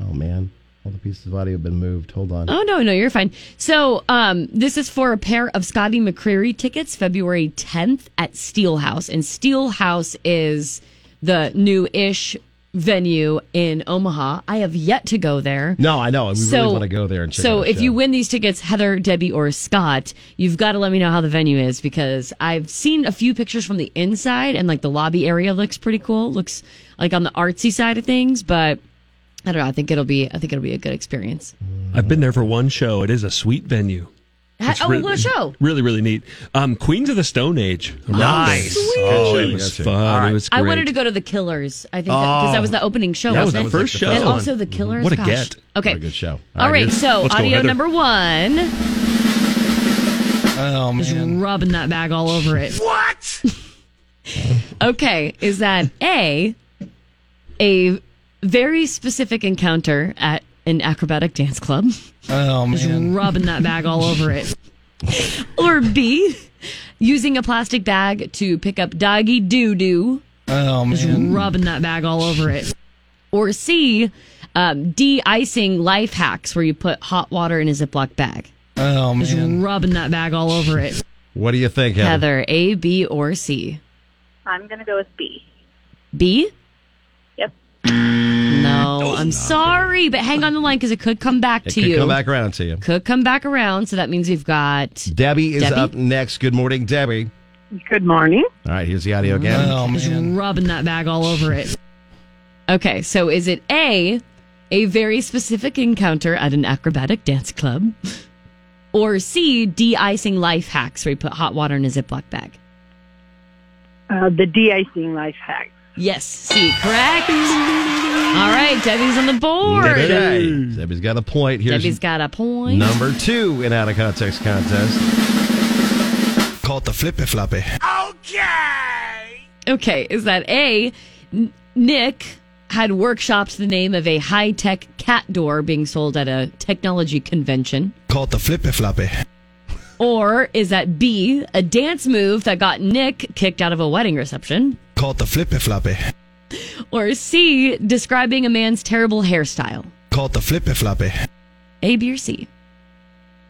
I: Oh, man. All the pieces of audio have been moved. Hold on.
J: Oh no, no, you're fine. So, um, this is for a pair of Scotty McCreery tickets, February 10th at Steelhouse, and Steelhouse is the new-ish venue in Omaha. I have yet to go there.
I: No, I know. We really want to go there and check
J: so
I: out the
J: if
I: show.
J: you win these tickets, Heather, Debbie, or Scott, you've got to let me know how the venue is because I've seen a few pictures from the inside and like the lobby area looks pretty cool. Looks like on the artsy side of things, but I don't know. I think it'll be. I think it'll be a good experience.
G: I've been there for one show. It is a sweet venue.
J: Ha-
G: It's
J: oh,
G: re-
J: what show?
G: Really, really neat. Um, Queens of the Stone Age. around
I: Nice.
G: there.
I: Sweet.
G: Oh,
I: Gotcha,
G: it was
I: gotcha.
G: fun.
I: All right.
G: It was great.
J: I wanted to go to the Killers. I think because
G: Oh.
J: that was the opening show.
G: That was
J: wasn't
G: the
J: it?
G: first show.
J: And
G: That
J: also
G: one.
J: the Killers.
G: What a
J: Gosh.
G: get.
J: Okay.
I: What a good show.
J: All right, so
G: Let's go,
J: audio
G: Heather.
J: number one.
N: Oh
J: Just rubbing that bag all over it.
N: What?
J: okay, is that A, a very specific encounter at an acrobatic dance club?
N: Oh
J: Just rubbing that bag all over it. or B, using a plastic bag to pick up doggy doo doo.
N: Oh
J: Just
N: man.
J: rubbing that bag all over it. Or C, um, de-icing life hacks where you put hot water in a Ziploc bag.
N: Oh
J: Just rubbing that bag all over it.
I: What do you think, Heather?
J: Heather, A, B, or C?
O: I'm gonna go with B.
J: B?
O: Yep.
I: Oh,
J: No, I'm sorry, but hang on the line because it could come back
I: It
J: to
I: could
J: you.
I: come back around to you.
J: Could come back around. So that means we've got
I: Debbie is
J: Debbie?
I: up next. Good morning, Debbie.
O: Good morning.
I: All right, here's the
J: Oh,
I: audio again.
J: just rubbing that bag all over it. Okay, so is it A, a very specific encounter at an acrobatic dance club? Or C, de icing life hacks where you put hot water in a Ziploc bag?
O: Uh, the de-icing life hack.
J: Yes, C, correct. All right, Debbie's on the board.
I: Debbie. Debbie's got a point. Here's
J: Debbie's got a point.
I: number two in out of context contest.
E: Called the flippy floppy.
J: Okay, is that A? N- Nick had workshopped the name of a high tech cat door being sold at a technology convention.
E: Called the flippy floppy.
J: Or is that B, a dance move that got Nick kicked out of a wedding reception?
E: Called the flippy floppy.
J: Or C, describing a man's terrible hairstyle?
E: Called the flippy floppy.
J: A, B, or C?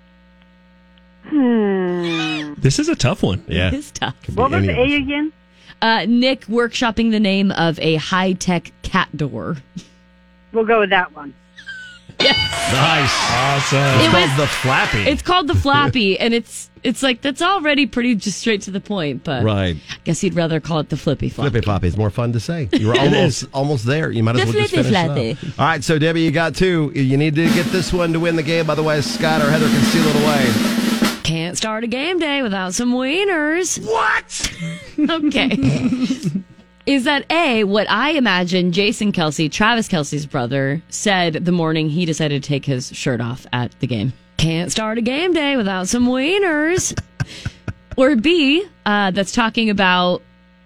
O: Hmm.
G: This is a tough one.
J: It is tough.
O: What was A again?
J: Uh, Nick workshopping the name of a high tech cat door.
O: We'll go with that one.
I: Nice. Awesome.
J: It
I: It's called
J: was-
I: the Flappy.
J: It's called the Flappy, and it's it's like that's already pretty just straight to the point. But
I: Right.
J: I guess you'd rather call it the Flippy Flop.
I: Flippy floppy is more fun to say. You were
J: It
I: almost almost there. You might as
J: The
I: well just
J: flippy
I: finish it
J: floppy.
I: up. All right, so Debbie, you got two. You need to get this one to win the game. Otherwise, Scott or Heather can steal it away.
J: Can't start a game day without some wieners. What? okay. Is that A, what I imagine Jason Kelsey, Travis Kelsey's brother, said the morning he decided to take his shirt off at the game? Can't start a game day without some wieners. or B, uh, that's talking about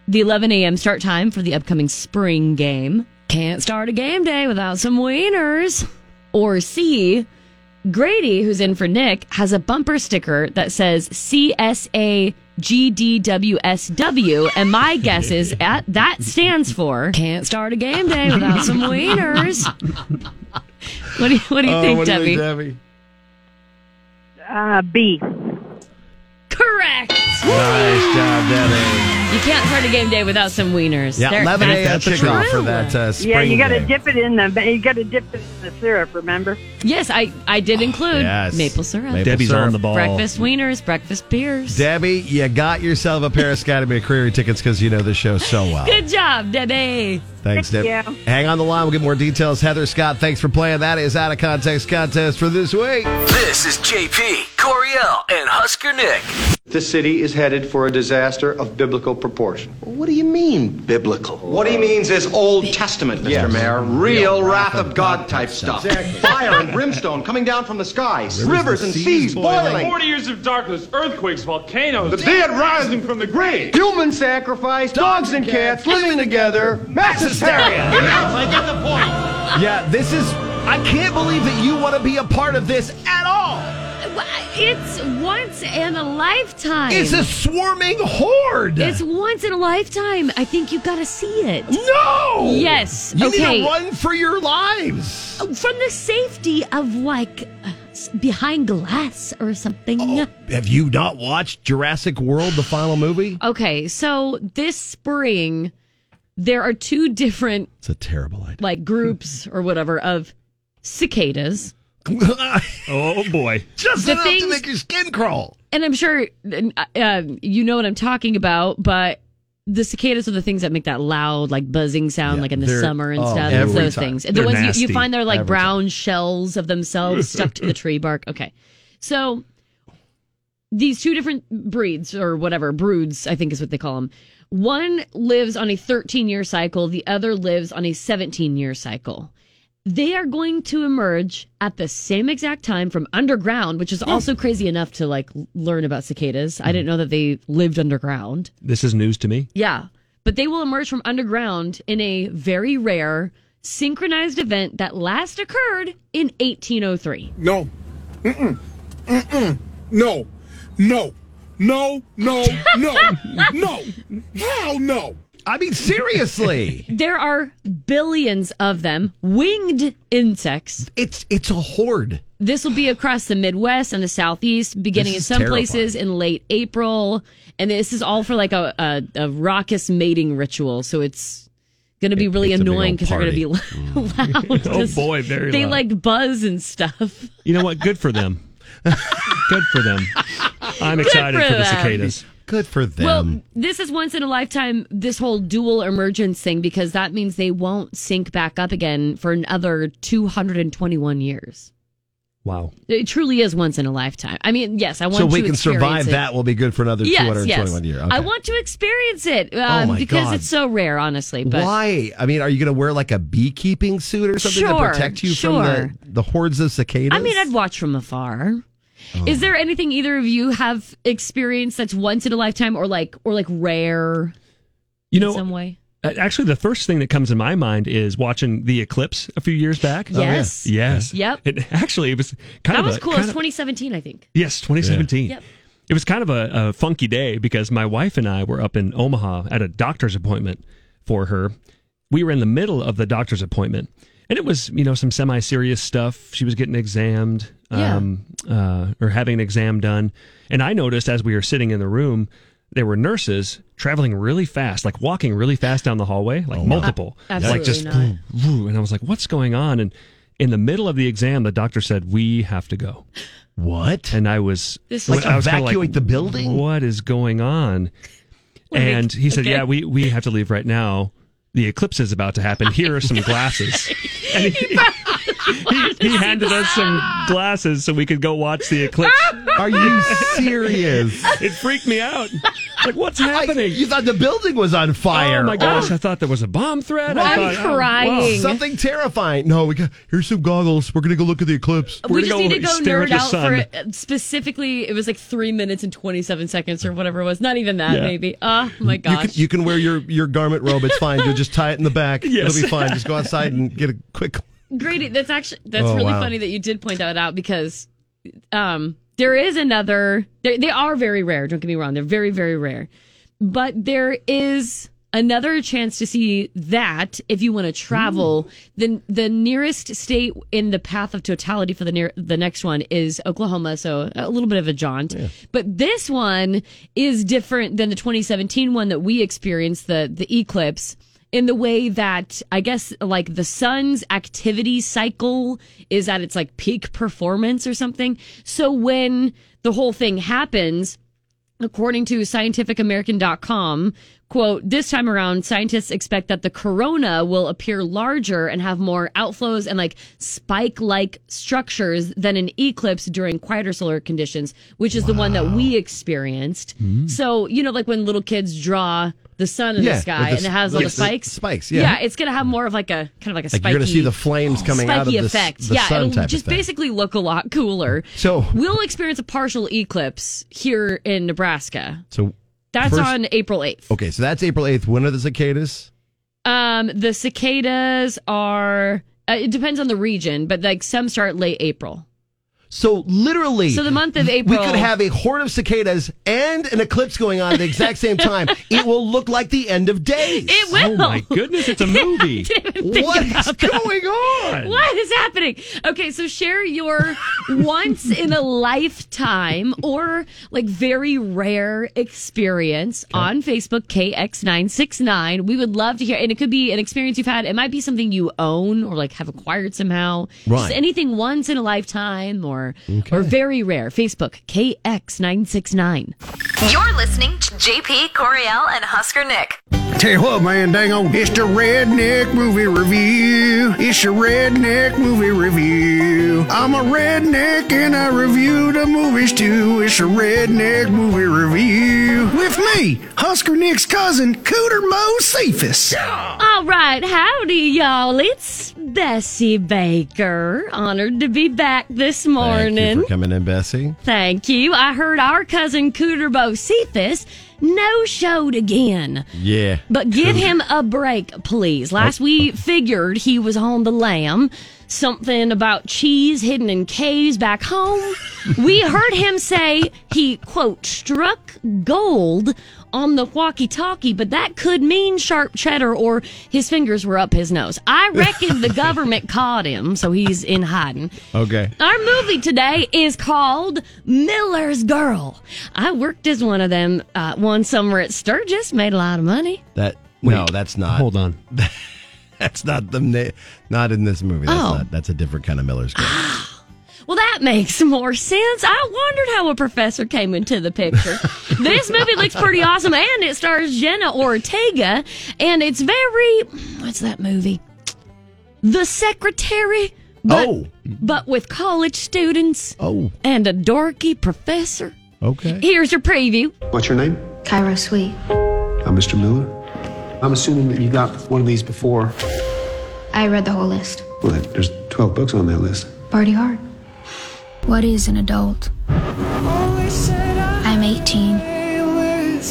J: the 11 a.m. start time for the upcoming spring game. Can't start a game day without some wieners. Or C, Grady, who's in for Nick, has a bumper sticker that says CSA GDWSW, and my guess is at, that stands for Can't Start a Game Day Without Some Wieners. What do you, what do you
I: Oh,
J: think,
I: what do you
J: Debbie?
I: think,
O: Uh, B.
J: Correct.
I: Nice job, Debbie.
J: You can't start a game day without some wieners.
I: Yeah,
J: They're-
I: 11 a.m.
J: that's
I: chicken
J: truth.
I: for that uh, spring
O: yeah, you got to
I: day.
O: dip it in the you got to dip it in the syrup. Remember?
J: Yes, I I did include
I: Yes.
J: maple syrup.
I: Maple Debbie's syrup. on the ball.
J: Breakfast wieners, breakfast beers.
I: Debbie, you got yourself a pair of Academy of Career tickets because you know the show so well.
J: Good job, Debbie.
I: Thanks, Deb. Hang on the line. We'll get more details. Heather Scott, thanks for playing. That is out of context contest for this week.
H: This is JP, Coriel, and Husker Nick.
P: The city is headed for a disaster of biblical proportion.
C: What do you mean, biblical?
P: What he means is Old Testament, Mr.
C: Yes.
P: Mayor. Real, wrath of God type stuff.
C: Exactly.
P: Fire and brimstone coming down from the skies. Rivers, and seas, boiling.
Q: 40 years of darkness, earthquakes, volcanoes.
P: The dead rising
Q: from the grave.
P: Human sacrifice, dogs and cats living together, mass hysteria.
Q: I get the point.
I: Yeah, this is. I can't believe that you want to be a part of this at all.
J: It's once in a lifetime.
I: It's a swarming horde.
J: It's once in a lifetime. I think you got to see it.
I: No.
J: Yes.
I: You need to
J: okay.
I: run for your lives.
J: From the safety of like uh, s- behind glass or something.
I: Have you not watched Jurassic World, the final movie?
J: Okay, so this spring there are two different
I: It's a terrible idea.
J: like groups or whatever of cicadas.
I: oh boy! Just
J: The
I: enough to
J: things-
I: make your skin crawl.
J: and I'm sure uh, um, you know what I'm talking about, but the cicadas are the things that make that loud, Oh, like buzzing sound, like in the
R: they're-
J: summer and
R: oh,
J: stuff. It's
R: every
J: those
R: time.
J: things. The
R: They're
J: ones you,
R: nasty.
J: you find they're like
R: Every
J: brown shells of themselves stuck to the tree bark. Okay. So these two different breeds or whatever, broods, I think is what they call them. One lives on a 13 year cycle, the other lives on a 17 year cycle they are going to emerge at the same exact time from underground, which is also crazy enough to like l- learn about cicadas. I didn't know that they lived underground.
G: This is news to me.
J: Yeah. But they will emerge from underground in a very rare synchronized event that last occurred in 1803.
S: No. Mm-mm. Mm-mm. No. No. No. No. No. no. Hell no.
I: I mean, seriously.
J: There are billions of them, winged insects.
I: It's it's a horde.
J: This will be across the Midwest and the Southeast, beginning
R: This
J: in
R: is
J: some
R: terrifying.
J: places in late April, and this is all for like a a, a raucous mating ritual. So it's going to be really
G: it's a big
J: annoying
G: old
J: because they're going to be loud.
G: party. Oh,
J: 'cause
G: boy, very
J: They
G: loud.
J: like buzz and stuff.
G: You know what? Good for them. Good for them. I'm
J: Good
G: excited
J: for
G: for, the
J: them.
G: cicadas.
I: Good for them.
J: Well, this is once in a lifetime, this whole dual emergence thing, because that means they won't sink back up again for another 221 years.
G: wow.
J: It truly is once in a lifetime. I mean, yes, I want
I: so
J: to
I: we can
J: experience
I: survive
J: it.
I: that. We'll be good for another
J: Yes,
I: 221
J: yes.
I: year.
J: I
I: Okay. Oh
J: want to experience it um,
I: my
J: because
I: God.
J: it's so rare, honestly. But
I: Why? I mean, are you going to wear like a beekeeping suit or something
J: Sure,
I: to protect you
J: sure.
I: from the, the hordes of cicadas?
J: I mean, I'd watch from afar.
I: Oh.
J: Is there anything either of you have experienced that's once in a lifetime or like or like rare?
G: You
J: in
G: know,
J: some way.
G: Uh, Actually, the first thing that comes in my mind is watching the eclipse a few years back.
J: Oh, yeah. Yes.
G: Yes.
J: Yep.
G: It, actually, it was kind
J: that
G: of
J: was
G: a,
J: cool. It was
G: kind of-
J: 2017, I think.
G: yes, 2017.
J: Yep.
G: It was kind of a, a funky day because my wife and I were up in Omaha at a doctor's appointment for her. We were in the middle of the doctor's appointment, and it was you know some semi-serious stuff. She was getting examined, um, uh, or having an exam done, and I noticed as we were sitting in the room. There were nurses traveling really fast, like walking really fast down the hallway, like multiple,
J: A-
G: like just
J: absolutely not.
G: woo, and I was like, "What's going on?" And in the middle of the exam, the doctor said, "We have to go."
I: What?
G: And I was
I: This Like is-
G: I was kinda
I: evacuate the building?
G: What is going on? and he said,
I: okay.
G: "Yeah, we we have to leave right now. The eclipse is about to happen. Here are some glasses." And he, he, he handed us some glasses so we could go watch the eclipse.
I: Are you serious?
G: It freaked me out. Like, what's happening?
I: you thought the building was on fire.
G: Oh my gosh! I thought there was a bomb threat. I
J: I'm
G: thought, oh, wow.
J: crying.
I: Something terrifying. No, we got here's some goggles. We're gonna go look at the eclipse.
J: we just need to go nerd out for
I: it.
J: it. uh, specifically. It was like three minutes and 27 seconds or whatever it was. Not even that,
I: Yeah.
J: maybe. Oh my
I: You can,
J: gosh.
I: you can wear your, your garment robe. It's fine. You'll just tie it in the back.
J: Yes.
I: It'll be fine. Just go outside and get a quick
J: Grady, that's actually that's
I: Oh,
J: really
I: wow.
J: funny that you did point that out because um, there is another. They they are very rare. Don't get me wrong; they're very very rare. But there is another chance to see that if you want to travel. Then the nearest state in the path of totality for the near the next one is Oklahoma. So a little bit of a jaunt. But this one is different than the 2017 one that we experienced the the eclipse in the way that I guess like the sun's activity cycle is at its like peak performance or something. So when the whole thing happens, according to scientificamerican.com, quote, this time around, scientists expect that the corona will appear larger and have more outflows and like spike like structures than an eclipse during quieter solar conditions, which is the one that we experienced.
R: Mm.
J: So, you know, like when little kids draw the sun in
I: Hmm. Yeah,
J: the
I: with
J: sky
I: the
J: and it has all the
I: s-
J: spikes.
I: spikes, yeah.
J: Yeah, it's going to have more of like a kind of like a
I: Like,
J: spiky.
I: you're gonna see the flames coming out of
J: spiky
I: the s-
J: effect.
I: the
J: yeah,
I: sun
J: it'll
I: type of
J: just
I: thing.
J: basically look a lot cooler.
I: So-
J: we'll experience a partial eclipse here in Nebraska.
I: So
J: That's
I: first-
J: on April 8th.
I: Okay, so that's April eighth. When are the cicadas?
J: Um, the cicadas are, uh, it depends on the region, but like some start late April.
I: So literally,
J: So the month of
I: we
J: April-
I: could have a horde of cicadas and an eclipse going on at the exact same time. it will look like the end of days.
J: It will. Oh my
G: goodness, it's a movie.
I: what is going on?
J: What is happening? Okay, so share your once in a lifetime or like very rare experience on Facebook KX969. We would love to hear, and it could be an experience you've had. It might be something you own or like have acquired somehow.
R: Right.
J: Just anything once in a lifetime or
R: Okay.
J: or very rare. Facebook KX969.
A: You're listening to JP Coriel and Husker Nick.
T: Tell you what, man, dang on. It's the Redneck Movie Review. It's your Redneck Movie Review. I'm a redneck and I review the movies too. It's your Redneck Movie Review. With me, Husker Nick's cousin, Cooter Mo Cephas.
J: All right, howdy, y'all. It's Bessie Baker. Honored to be back this morning.
I: Thank you for coming in, Bessie.
J: Thank you. I heard our cousin Cooterbo Cephas no showed again.
I: Yeah.
J: But give him a break, please. Last we figured he was on the lamb. Something about cheese hidden in caves back home. We heard him say he, quote, struck gold on the walkie talkie, but that could mean sharp cheddar or his fingers were up his nose. I reckon the government caught him, so he's in hiding.
I: Okay.
J: Our movie today is called Miller's Girl. I worked as one of them uh, one summer at Sturgis, made a lot of money.
I: That no, that's not. Hold on. that's not the na- not in this movie. That's
J: Oh.
I: not. That's a different kind of Miller's. Girl.
J: Well, that makes more sense. I wondered how a professor came into the picture. this movie looks pretty awesome, and it stars Jenna Ortega, and it's very what's that movie? The Secretary. But,
I: Oh.
J: but with college students.
I: Oh,
J: and a dorky professor.
I: Okay.
J: Here's your preview.
U: What's your name?
J: Cairo Sweet.
U: I'm Mr. Miller. I'm assuming that you got one of these before.
V: I read the whole list.
U: Well, there- there's 12 books on that list.
V: Party hard. What is an adult? I'm 18,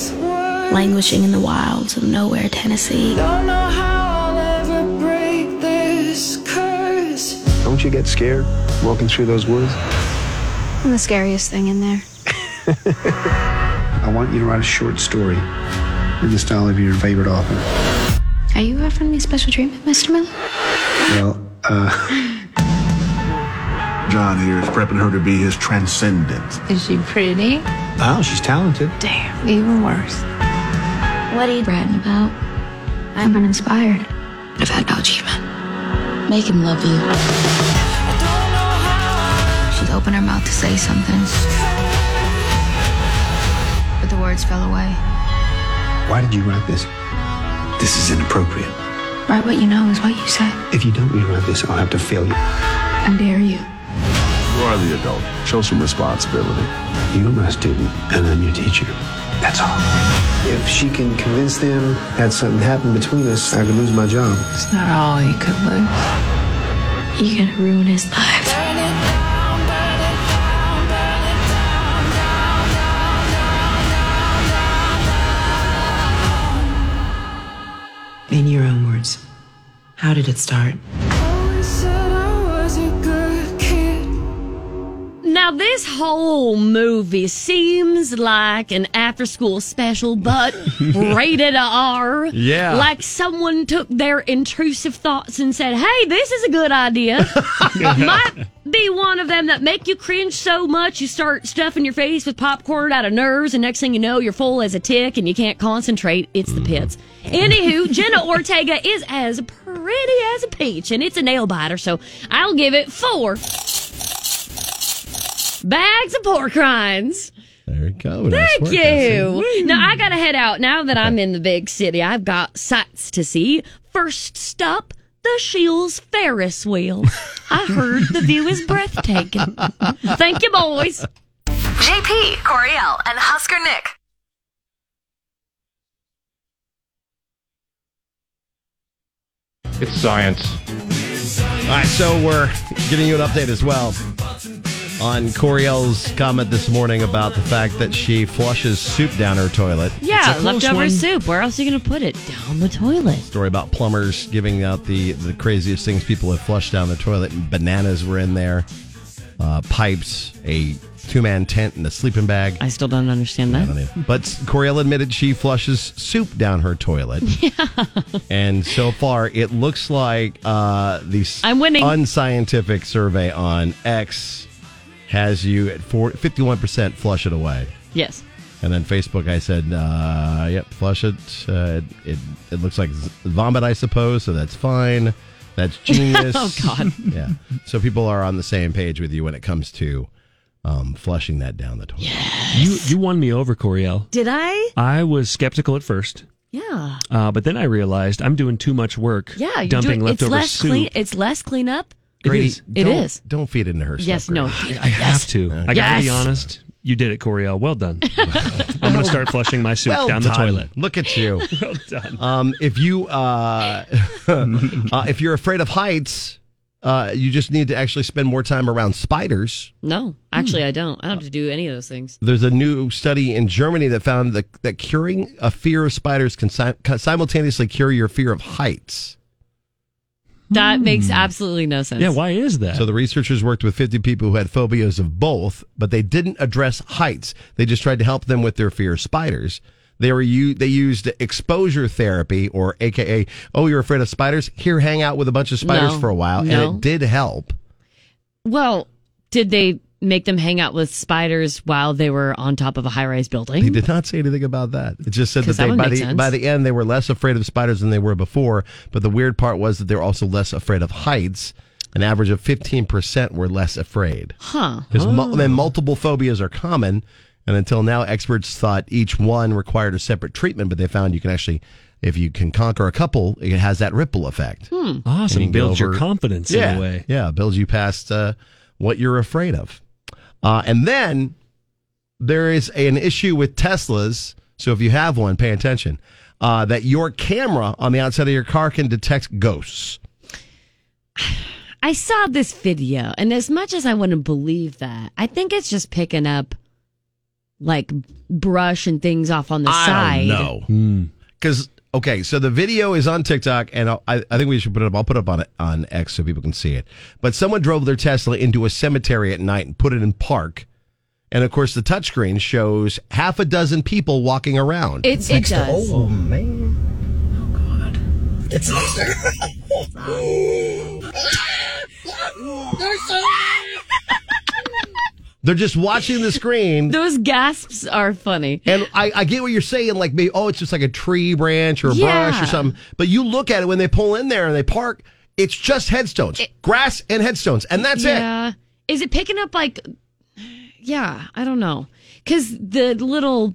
V: languishing in the wilds of nowhere, Tennessee.
M: Don't know how I'll ever break this curse.
U: Don't you get scared walking through those woods?
V: I'm the scariest thing in there.
U: I want you to write a short story in the style of your favorite author.
V: Are you offering me special treatment, Mr. Miller?
U: Well, uh.
W: John here is prepping her to be his transcendent.
V: Is she pretty?
W: Oh, she's talented.
V: Damn, even worse. What are you writing about? I'm uninspired. I've had no achievement. Make him love you. She'd open her mouth to say something, but the words fell away.
U: Why did you write this? This is inappropriate.
V: Write what you know is what you say.
U: If you don't rewrite this, I'll have to fail you.
V: I dare you.
W: You are the adult. Show some responsibility.
U: You're my student, and I'm your teacher. That's all. If she can convince them that something happened between us, I could lose my job.
V: It's not all you could lose. You're gonna ruin his life.
X: In your own words, how did it start?
M: Always said
J: Now, this whole movie seems like an after school special, but rated R.
I: Yeah.
J: Like someone took their intrusive thoughts and said, hey, this is a good idea. Might be one of them that make you cringe so much you start stuffing your face with popcorn out of nerves, and next thing you know, you're full as a tick and you can't concentrate. It's the pits. Anywho, Jenna Ortega is as pretty as a peach, and it's a nail biter, so I'll give it four bags of pork rinds.
I: There you go. Nice
J: Thank
I: work, Betsy.
J: you. Now I gotta head out. Now that I'm in the big city, I've got sights to see. First stop, the Shields Ferris wheel. I heard the view is breathtaking. Thank you, boys.
A: JP, Coriel, and Husker Nick.
I: It's science. All right, so we're getting you an update as well on Coriel's comment this morning about the fact that she flushes soup down her toilet.
J: Yeah, leftover
I: one.
J: soup. Where else are you gonna put it? Down the toilet.
I: Story about plumbers giving out the, the craziest things people have flushed down the toilet. Bananas were in there, uh, pipes, a two man tent, and a sleeping bag.
J: I still don't understand that.
I: But Coriel admitted she flushes soup down her toilet. And so far, it looks like uh, the s-
J: I'm winning.
I: unscientific survey on X has you at four, 51% flush it away.
J: Yes.
I: And then Facebook, I said, uh, yep, flush it. Uh, it, it. It looks like z- vomit, I suppose, so that's fine. That's genius.
J: Oh, God.
I: Yeah. So people are on the same page with you when it comes to um, flushing that down the toilet.
G: You you won me over, Coriel.
J: Did I?
G: I was skeptical at first,
J: Yeah.
G: uh, but then I realized I'm doing too much work.
J: Yeah. you
G: dumping
J: do it-
G: leftover
J: it's less
G: soup.
J: clean. It's less cleanup.
G: Grady,
J: It
I: don't,
J: is.
I: Don't feed into her.
J: Yes. No.
G: I have to.
I: Uh,
G: I gotta be
J: Yes.
G: honest. You did it, Coriel. Well done. I'm gonna start flushing my soup
I: Well
G: down the
I: done.
G: toilet.
I: Look at you. well done. Um, if you uh, uh, if you're afraid of heights, uh, you just need to actually spend more time around spiders.
J: No, actually, I don't. I don't have to do any of those things.
I: There's a new study in Germany that found that, that curing a fear of spiders can, si- can simultaneously cure your fear of heights.
J: That makes absolutely no sense.
G: Hmm. is that?
I: So the researchers worked with 50 people who had phobias of both, but they didn't address heights. They just tried to help them with their fear of spiders. They were u- they used exposure therapy, or AKA, oh, you're afraid of spiders? Here, hang out with a bunch of spiders
J: No.
I: for a while,
J: No.
I: and it did help.
J: Well, did they make them hang out with spiders while they were on top of a high rise
I: He
J: building?
I: did not say anything about that. It just said that
J: 'Cause that
I: they
J: would
I: by
J: make
I: the
J: sense.
I: by the end they were less afraid of spiders than they were before. But the weird part was that they were also less afraid of heights. An average of fifteen percent were less afraid.
J: Huh.
I: Because mul-
G: Oh.
I: then multiple phobias are common, and until now, experts thought each one required a separate treatment. But they found you can actually, if you can conquer a couple, it has that ripple effect.
G: Hmm.
I: And you
G: Awesome.
I: can
G: Builds
I: go
G: your
I: over-
G: confidence
I: yeah,
G: in a way.
I: Yeah, builds you past uh, what you're afraid of. Uh, and then there is an issue with Teslas. So if you have one, pay attention. Uh, that your camera on the outside of your car can detect ghosts.
J: I saw this video, and as much as I wouldn't believe that, I think it's just picking up like brush and things off on the side.
I: No. Because okay, so the video is on TikTok, and I, I think we should put it up. I'll put it up on on X so people can see it. But someone drove their Tesla into a cemetery at night and put it in park. And of course, the touchscreen shows half a dozen people walking around.
J: It, it does.
N: Oh, man.
I: It's They're just watching the screen.
J: Those gasps are funny.
I: And I, I get what you're saying, like maybe oh, it's just like a tree branch or a
J: Yeah.
I: bush or something. But you look at it when they pull in there and they park, it's just headstones, grass and headstones, and that's it.
J: yeah. Is it picking up like? Yeah, I don't know, because the little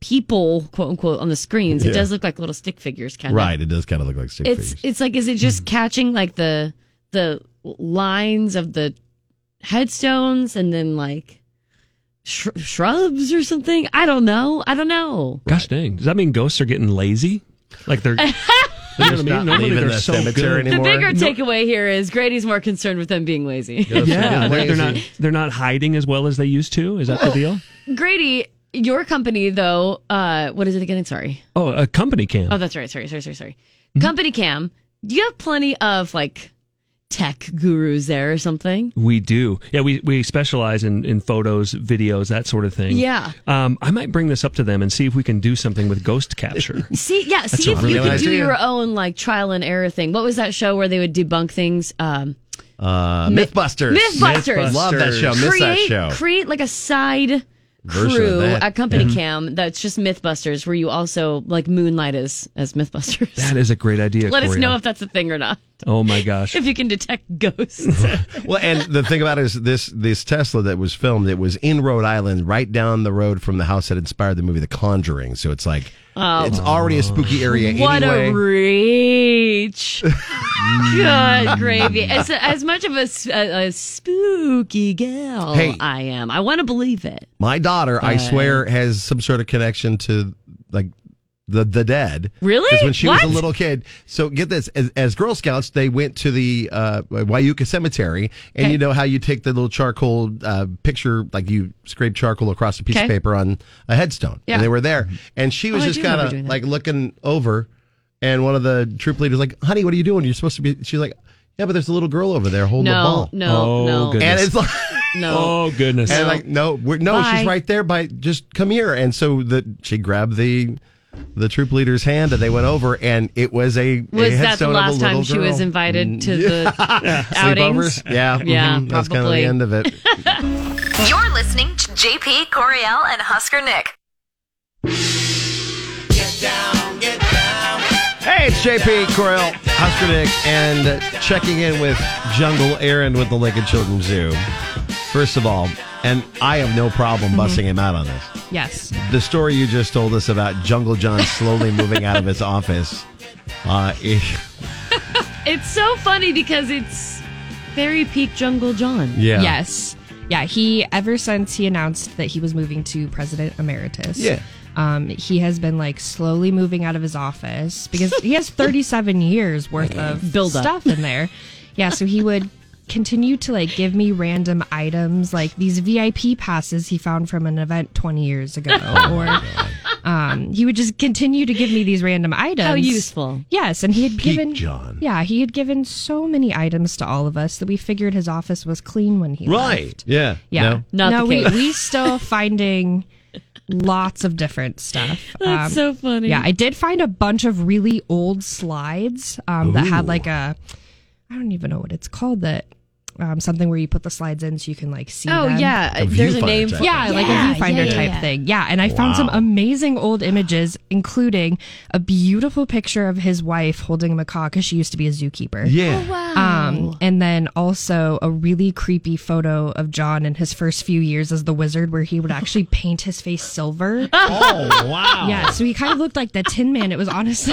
J: people, quote unquote, on the screens,
I: Yeah.
J: it does look like little stick figures, kind of.
I: Right, it does kind of look like stick
J: It's
I: figures.
J: it's like is it just catching like the the lines of the headstones and then like sh- shrubs or something? I don't know. I don't know.
G: Gosh dang. Does that mean ghosts are getting lazy? Like they're. you know what I mean?
I: not
G: Normally
I: leaving
G: they're
I: the
G: so
I: cemetery
G: good.
J: The bigger takeaway here is Grady's more concerned with them being lazy.
G: yeah, they're, they're not
I: lazy.
G: they're not hiding as well as they used to. Is
J: Oh.
G: that the deal?
J: Grady, your company though, uh what is it again? Sorry.
G: Oh, a company cam.
J: Oh, that's right. Sorry, sorry, sorry, sorry. Company cam, you have plenty of like tech gurus there or something.
G: We do. Yeah, we, we specialize in, in photos, videos, that sort of thing.
J: Yeah.
G: Um, I might bring this up to them and see if we can do something with ghost capture.
J: See, yeah,
G: That's
J: see
G: a
J: if
G: really
J: you
G: good
J: could do
G: idea.
J: your own like trial and error thing. What was that show where they would debunk things? Um,
I: Uh,
J: Mi-
I: Mythbusters.
J: Mythbusters.
I: Love that show. Miss
J: create,
I: that show.
J: Create like a side
I: Version of
J: crew
I: that. Mm-hmm.
J: at Company
G: Yeah.
J: Cam that's just Mythbusters, where you also like moonlight as as Mythbusters.
G: that is a great idea.
J: Let us
G: Coria.
J: know if that's a thing or not.
G: Oh my gosh.
J: If you can detect ghosts.
I: well, and the thing about it is this this Tesla that was filmed, it was in Rhode Island, right down the road from the house that inspired the movie The Conjuring. So it's like
J: Oh.
I: it's already a spooky area
J: What
I: anyway.
J: a reach. Good Uh, gravy. As, as much of a, s- a- a spooky gal
I: Hey.
J: I am, I want to believe it.
I: My daughter, I
J: But-
I: swear, has some sort of connection to like the the dead.
J: Really?
I: 'Cause when she was
J: What?
I: a little kid, so get this: as, as Girl Scouts, they went to the uh, Wyuka Cemetery, and
J: Okay.
I: you know how you take the little charcoal uh, picture, like you scrape charcoal across a piece
J: Okay.
I: of paper on a headstone.
J: Yeah.
I: And they were there, and she was
J: Oh, I
I: just
J: do remember
I: kind
J: doing
I: of
J: that.
I: like looking over, and one of the troop leaders like, "Honey, what are you doing? You're supposed to be." She's like. Yeah, but there's a little girl over there holding
J: No,
I: a ball.
J: no, Oh, no.
I: And
J: goodness.
I: it's like,
J: No. Oh,
G: goodness.
I: And
J: No.
I: like, no, we're, no,
J: Bye.
I: she's right there. By just come here. And so the she grabbed the the troop leader's hand, and they went over, and it was a a
J: Was that the
I: headstone of a
J: last
I: little
J: time she
I: girl. Mm.
J: was invited to the outings?
I: Sleepovers? Yeah,
J: Yeah,
I: mhm, That's kind of
J: probably.
I: the end of it.
A: You're listening to JP Coriel and Husker Nick.
I: Hey, it's JP Correll, Husker Nick, and checking in with Jungle Aaron with the Lincoln Children's Zoo. First of all, and I have no problem
J: Mm-hmm.
I: busting him out on this.
J: Yes.
I: The story you just told us about Jungle John slowly moving out of his office. Uh, it-
J: It's so funny because it's very peak Jungle John.
I: Yeah.
B: Yes. Yeah. He ever since he announced that he was moving to president emeritus.
I: Yeah.
B: Um, he has been like slowly moving out of his office because he has 37 years worth of
J: Build up.
B: stuff in there. Yeah, so he would continue to like give me random items like these VIP passes he found from an event 20 years ago
I: Oh
B: or um, he would just continue to give me these random items.
J: useful.
B: Yes, and he had
I: Peak
B: given
I: John.
B: Yeah, he had given so many items to all of us that we figured his office was clean when he left.
I: Yeah.
B: Yeah.
I: No?
B: no, we we still finding lots of different stuff. Um,
J: That's so funny.
B: Yeah, I did find a bunch of really old slides um, that had
J: Ooh.
B: like a I don't even know what it's called that um, something where you put the slides in so you can like see.
J: Oh,
B: them.
J: yeah, A there's a viewfinder name type for it.
B: yeah, like a
J: Yeah,
B: viewfinder
J: yeah, yeah,
B: type
J: yeah.
B: thing. Yeah, and I found some
J: Wow.
B: amazing old images, including a beautiful picture of his wife holding a macaw because she used to be a zookeeper.
I: Yeah.
B: Oh, wow. Um, and then also a really creepy photo of John in his first few years as the wizard, where he would actually paint his face silver.
I: Oh, wow.
B: Yeah, so he kind of looked like the Tin Man. It was honestly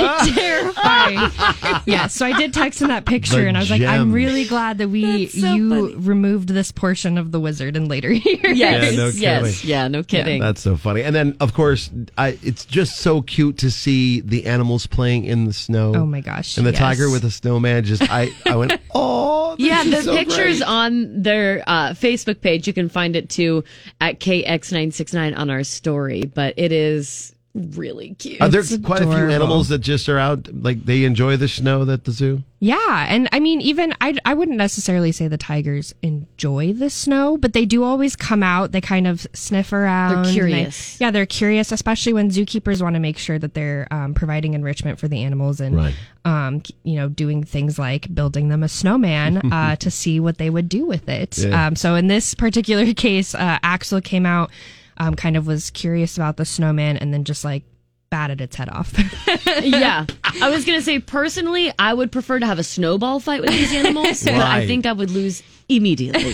B: terrifying. Yeah, so I did text him that picture,
J: The
B: and I was like, I'm
J: gems.
B: really glad that we you removed this portion of the wizard in later years.
J: Yes.
I: Yeah, no
J: yes.
I: kidding.
J: Yeah, no kidding.
I: That's so funny. And then, of course, I, it's just so cute to see the animals playing in the snow.
B: Oh my gosh,
I: And the
B: yes.
I: tiger with the snowman just, I, I went, oh, this
J: yeah,
I: is
J: the
I: so
J: pictures
I: great.
J: on their uh, Facebook page. You can find it too at KX969 on our story, but it is really cute.
I: Are there quite a few animals that just are out, like they enjoy the snow at the zoo?
B: Yeah, and I mean, even I, I wouldn't necessarily say the tigers enjoy the snow, but they do always come out. They kind of sniff around. and they-
J: curious.
B: yeah, they're curious, especially when zookeepers want to make sure that they're um, providing enrichment for the animals and,
I: Right.
B: um, you know, doing things like building them a snowman uh, to see what they would do with it.
D: Yeah.
B: Um, so in this particular case, uh, Axel came out, um, kind of was curious about the snowman, and then just like batted its head off.
J: yeah, I was gonna say personally, I would prefer to have a snowball fight with these animals, but I
I: Right.
J: think I would lose immediately.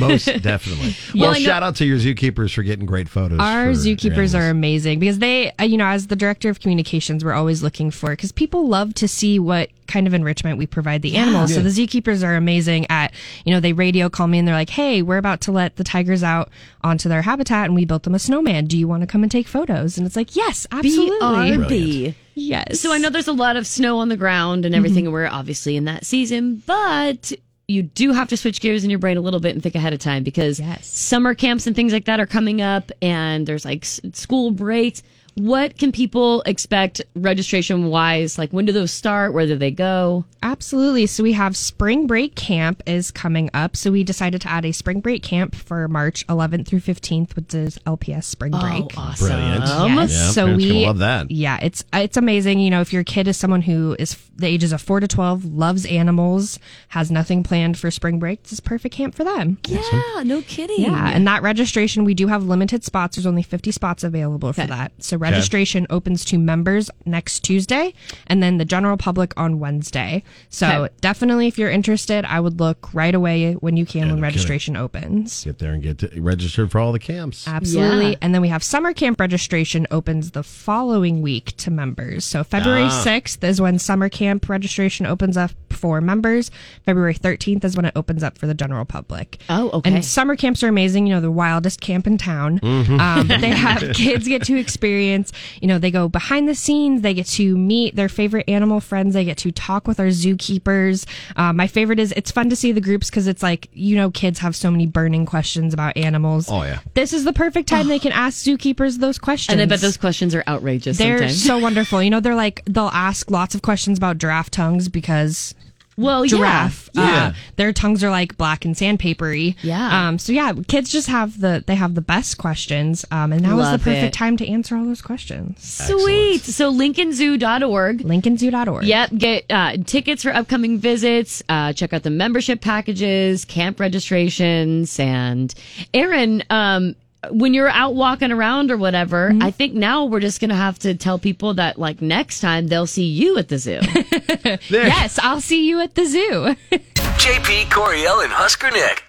I: Most definitely.
B: Well,
I: Well,
B: I know-
I: shout out to your zookeepers for getting great photos.
B: Our
I: for your
B: zookeepers are amazing because they, uh, you know, as the director of communications, we're always looking for because people love to see what kind of enrichment we provide the
J: Yeah.
B: animals. So
J: Yeah.
B: the zookeepers are amazing at, you know, they radio call me and they're like, "Hey, we're about to let the tigers out onto their habitat, and we built them a snowman. Do you want to come and take photos?" And it's like, "Yes, absolutely."
J: BRB.
B: Yes.
J: So I know there's a lot of snow on the ground and everything, and we're obviously in that season, but you do have to switch gears in your brain a little bit and think ahead of time because summer camps and things like that are coming up, and there's like s- school breaks. what can people expect registration wise? Like, when do those start? Where do they go?
B: Absolutely. So we have spring break camp is coming up. So we decided to add a spring break camp for March 11th through 15th, which is LPS spring
J: Oh,
B: break.
J: awesome. Brilliant.
B: Yes.
J: Yeah,
B: so
J: parents
B: we
J: gonna love that.
B: Yeah, it's it's amazing. You know, if your kid is someone who is f- the ages of four to 12, loves animals, has nothing planned for spring break, this is perfect camp for them.
J: Yeah, no kidding.
B: Yeah, and that registration, we do have limited spots. There's only 50 spots available for that. So registration opens to members next Tuesday and then the general public on Wednesday. So
I: Okay.
B: definitely, if you're interested, I would look right away when you can when
I: kidding.
B: registration opens.
I: Get there and get to, registered for all the camps.
B: Absolutely. And then we have summer camp registration opens the following week to members. So February
I: Ah.
B: 6th is when summer camp registration opens up for members. February 13th is when it opens up for the general public.
J: Oh, okay.
B: And summer camps are amazing. You know, the wildest camp in town.
J: Mhm.
B: Um, they have kids get to experience, you know, they go behind the scenes. They get to meet their favorite animal friends. They get to talk with our zookeepers. Uh, my favorite is it's fun to see the groups because it's like, you know, kids have so many burning questions about animals.
J: Oh, yeah.
B: This is the perfect time they can ask zookeepers those questions.
J: And I bet those questions are outrageous.
B: They're
J: sometimes.
B: so wonderful. You know, they're like, they'll ask lots of questions about giraffe tongues because.
J: Well, yeah.
B: giraffe. uh,
J: Yeah.
B: their tongues are like black and sandpapery. Yeah. Um. So yeah, kids just have the they have the best questions. Um. And now
J: Love
B: is the perfect
J: it.
B: time to answer all those questions.
J: Sweet. So lincolnzoo.org.
B: Lincolnzoo.org.
J: Yep. Get uh, tickets for upcoming visits. Uh, check out the membership packages, camp registrations. And Aaron, um, when you're out walking around or whatever, I think now we're just going to have to tell people that like next time they'll see you at the zoo.
B: Yes, I'll see you at the zoo.
H: JP Coriel and Husker Nick.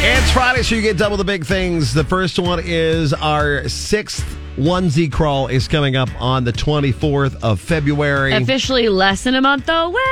I: It's Friday, so you get double the big things. The first one is our sixth onesie crawl is coming up on the 24th of February.
J: Officially less than a month away.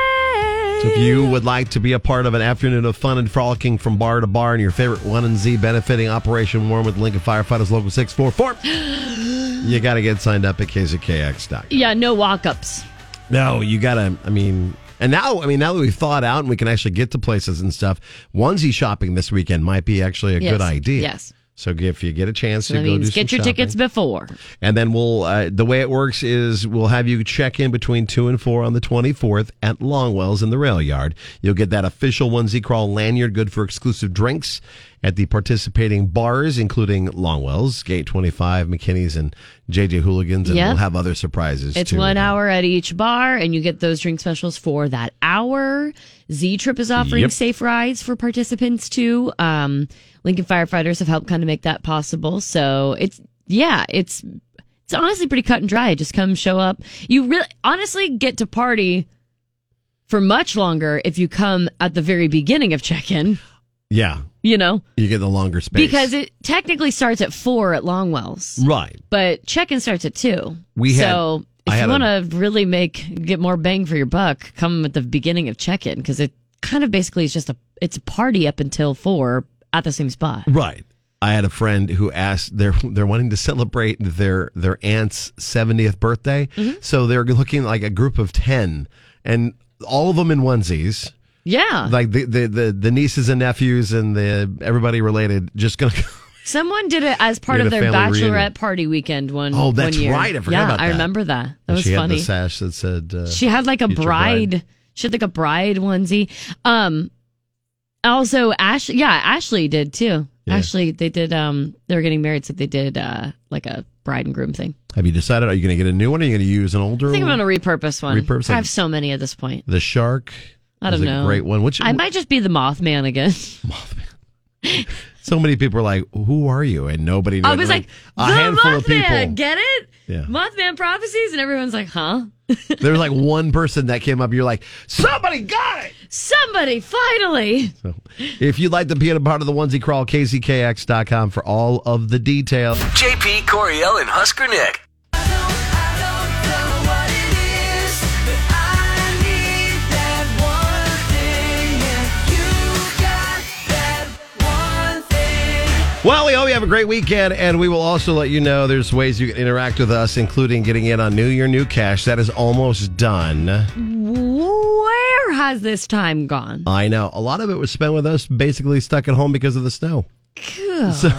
I: So if you would like to be a part of an afternoon of fun and frolicking from bar to bar in your favorite one and Z benefiting Operation Warm with Lincoln Firefighters Local 644, you got to get signed up at kzkx.com.
J: Yeah. No walk ups.
I: No, you gotta. I mean, and now, I mean, now that we've thawed out and we can actually get to places and stuff, onesie shopping this weekend might be actually a
J: Yes,
I: good idea.
J: yes.
I: So if you get a chance
J: So
I: to
J: that
I: go do
J: means
I: some
J: get your
I: shopping.
J: tickets before.
I: and then we'll. Uh, the way it works is we'll have you check in between two and four on the twenty fourth at Longwell's in the Rail Yard. You'll get that official onesie crawl lanyard, good for exclusive drinks at the participating bars, including Longwell's, Gate twenty five, McKinney's, and JJ Hooligans, and
J: Yep.
I: we'll have other surprises.
J: It's
I: too.
J: one hour at each bar, and you get those drink specials for that hour. Z Trip is offering
I: Yep.
J: safe rides for participants too. Um, Lincoln firefighters have helped kind of make that possible. So it's yeah, it's it's honestly pretty cut and dry. Just come show up. You really honestly get to party for much longer if you come at the very beginning of check in.
I: Yeah,
J: You know,
I: you get the longer space
J: because it technically starts at four at Longwell's.
I: Right.
J: but check-in starts at two.
I: We had-
J: so
I: I
J: if
I: had
J: you
I: a-
J: want to really make get more bang for your buck, come at the beginning of check-in because it kind of basically is just a it's a party up until four at the same spot.
I: Right. I had a friend who asked they're they're wanting to celebrate their their aunt's 70th birthday.
J: Mm-hmm.
I: So they're looking like a group of 10 and all of them in onesies.
J: Yeah,
I: Like the the the, the nieces and nephews and the everybody related just going to
J: someone did it as part
I: We
J: of
I: had a
J: their bachelorette
I: family reunion.
J: party weekend one.
I: Oh, that's
J: one year.
I: right. I forgot
J: yeah,
I: about
J: I
I: that.
J: remember that. That was
I: she
J: funny.
I: had the sash that said uh,
J: She had like a
I: future
J: bride. She had like a bride onesie. Um also Ash yeah, Ashley did too. Ashley they did um they were getting married, so they did uh like a bride and groom thing.
I: Have you decided are you going to get a new one or are you going to use an older
J: I think I'm
I: one?
J: gonna repurpose one.
I: Repurpose,
J: I
I: like-
J: have so many at this point.
I: the shark.
J: I don't
I: is
J: know.
I: A great one. Which
J: I might just be the Mothman again.
I: so many people are like, "Who are you?" and nobody knew.
J: I was like,
I: a
J: the
I: handful
J: Mothman,
I: of people.
J: get it?
I: Yeah.
J: Mothman prophecies, and everyone's like, huh?
I: There's like one person that came up. You're like, somebody got it.
J: Somebody finally.
I: if you'd like to be a part of the onesie crawl, kzkx.com for all of the details.
H: JP Coriel and Husker Nick.
I: Well, we hope you have a great weekend, and we will also let you know there's ways you can interact with us, including getting in on New Year, New Cash. That is almost done.
J: Where Where has this time gone?
I: I know. A lot of it was spent with us basically stuck at home because of the snow. So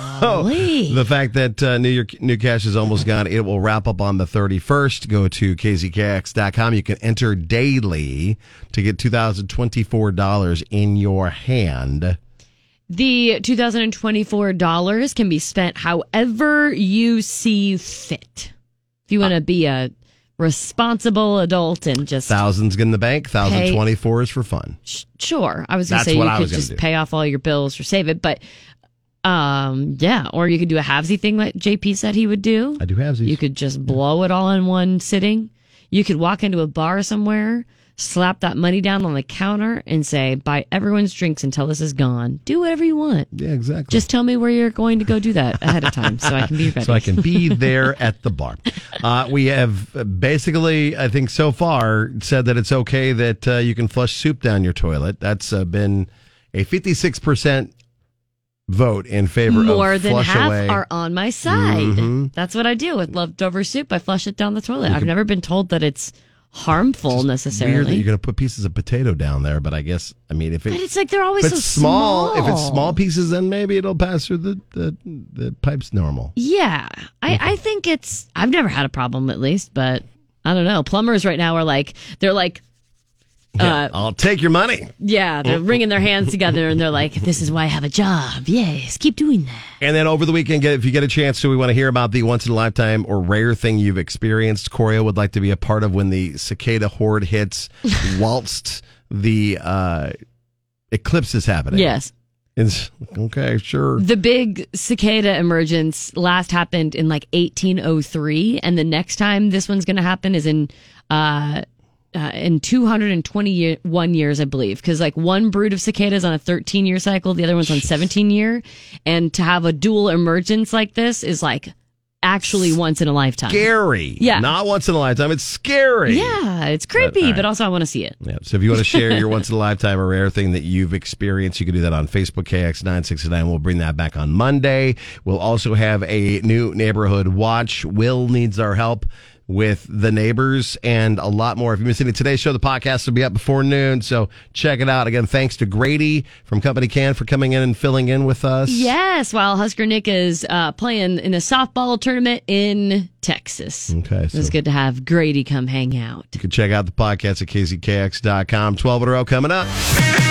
I: the fact that uh, New York New Cash is almost gone, it will wrap up on the 31st. Go to kzkx.com. You can enter daily to get $2,024 in your hand.
J: The $2,024 can be spent however you see fit. If you want to be a responsible adult and just.
I: Thousands in the bank, 1024 is for fun.
J: Sure. I was going to
I: That's
J: say
I: what
J: you
I: I
J: could
I: was gonna
J: just
I: do.
J: pay off all your bills or save it, but um, yeah. Or you could do a halvesy thing like JP said he would do.
I: I do have these.
J: You could just blow it all in one sitting. You could walk into a bar somewhere, slap that money down on the counter, and say, buy everyone's drinks until this is gone. Do whatever you want.
I: Yeah, exactly.
J: Just tell me where you're going to go do that ahead of time so I can be ready.
I: So I can be there at the bar. Uh, we have basically, I think, so far said that it's okay that uh, you can flush soup down your toilet. That's uh, been a 56% vote in favor
J: More
I: of
J: than
I: flush
J: half
I: away.
J: are on my side.
I: Mhm.
J: That's what I do with leftover soup. I flush it down the toilet.
I: You
J: I've
I: could-
J: never been told that it's harmful necessarily.
I: Weird that you're going to put pieces of potato down there, but I guess I mean if it,
J: But it's like they're always
I: if it's
J: so
I: If it's
J: small.
I: small pieces, then maybe it'll pass through the the, the pipes normal.
J: Yeah, I, I think it's. I've never had a problem, at least, but I don't know. Plumbers right now are like they're like, uh,
I: I'll take your money.
J: yeah,
I: Oh.
J: they're wringing their hands together and they're like, "This is why I have a job." Yes, keep doing that.
I: And then over the weekend, get- if you get a chance to, we want to hear about the once in a lifetime or rare thing you've experienced. Coria would like to be a part of when the cicada horde hits, whilst the uh, eclipse is happening.
J: Yes.
I: It's okay, sure.
J: The big cicada emergence last happened in like 1803, and the next time this one's going to happen is in uh, uh, in 221 years, I believe, because like one brood of cicadas on a 13 year cycle, the other one's on 17 year, and to have a dual emergence like this is like actually once in a lifetime.
I: Scary.
J: Yeah.
I: Not once in a lifetime. It's scary.
J: Yeah, it's creepy, but,
I: all right.
J: also I want to see it.
I: Yeah. So if you want to share your once in a lifetime or rare thing that you've experienced, you can do that on Facebook KX969. We'll bring that back on Monday. We'll also have a new neighborhood watch. Will needs our help with the neighbors and a lot more. If you missed any of today's show, the podcast will be up before noon. So check it out. Again, thanks to Grady from Company Can for coming in and filling in with us.
J: Yes, while Husker Nick is uh, playing in a softball tournament in Texas.
I: Okay,
J: It was
I: so-
J: good to have Grady come hang out.
I: You can check out the podcast at kzkx.com. 12 in a row coming up.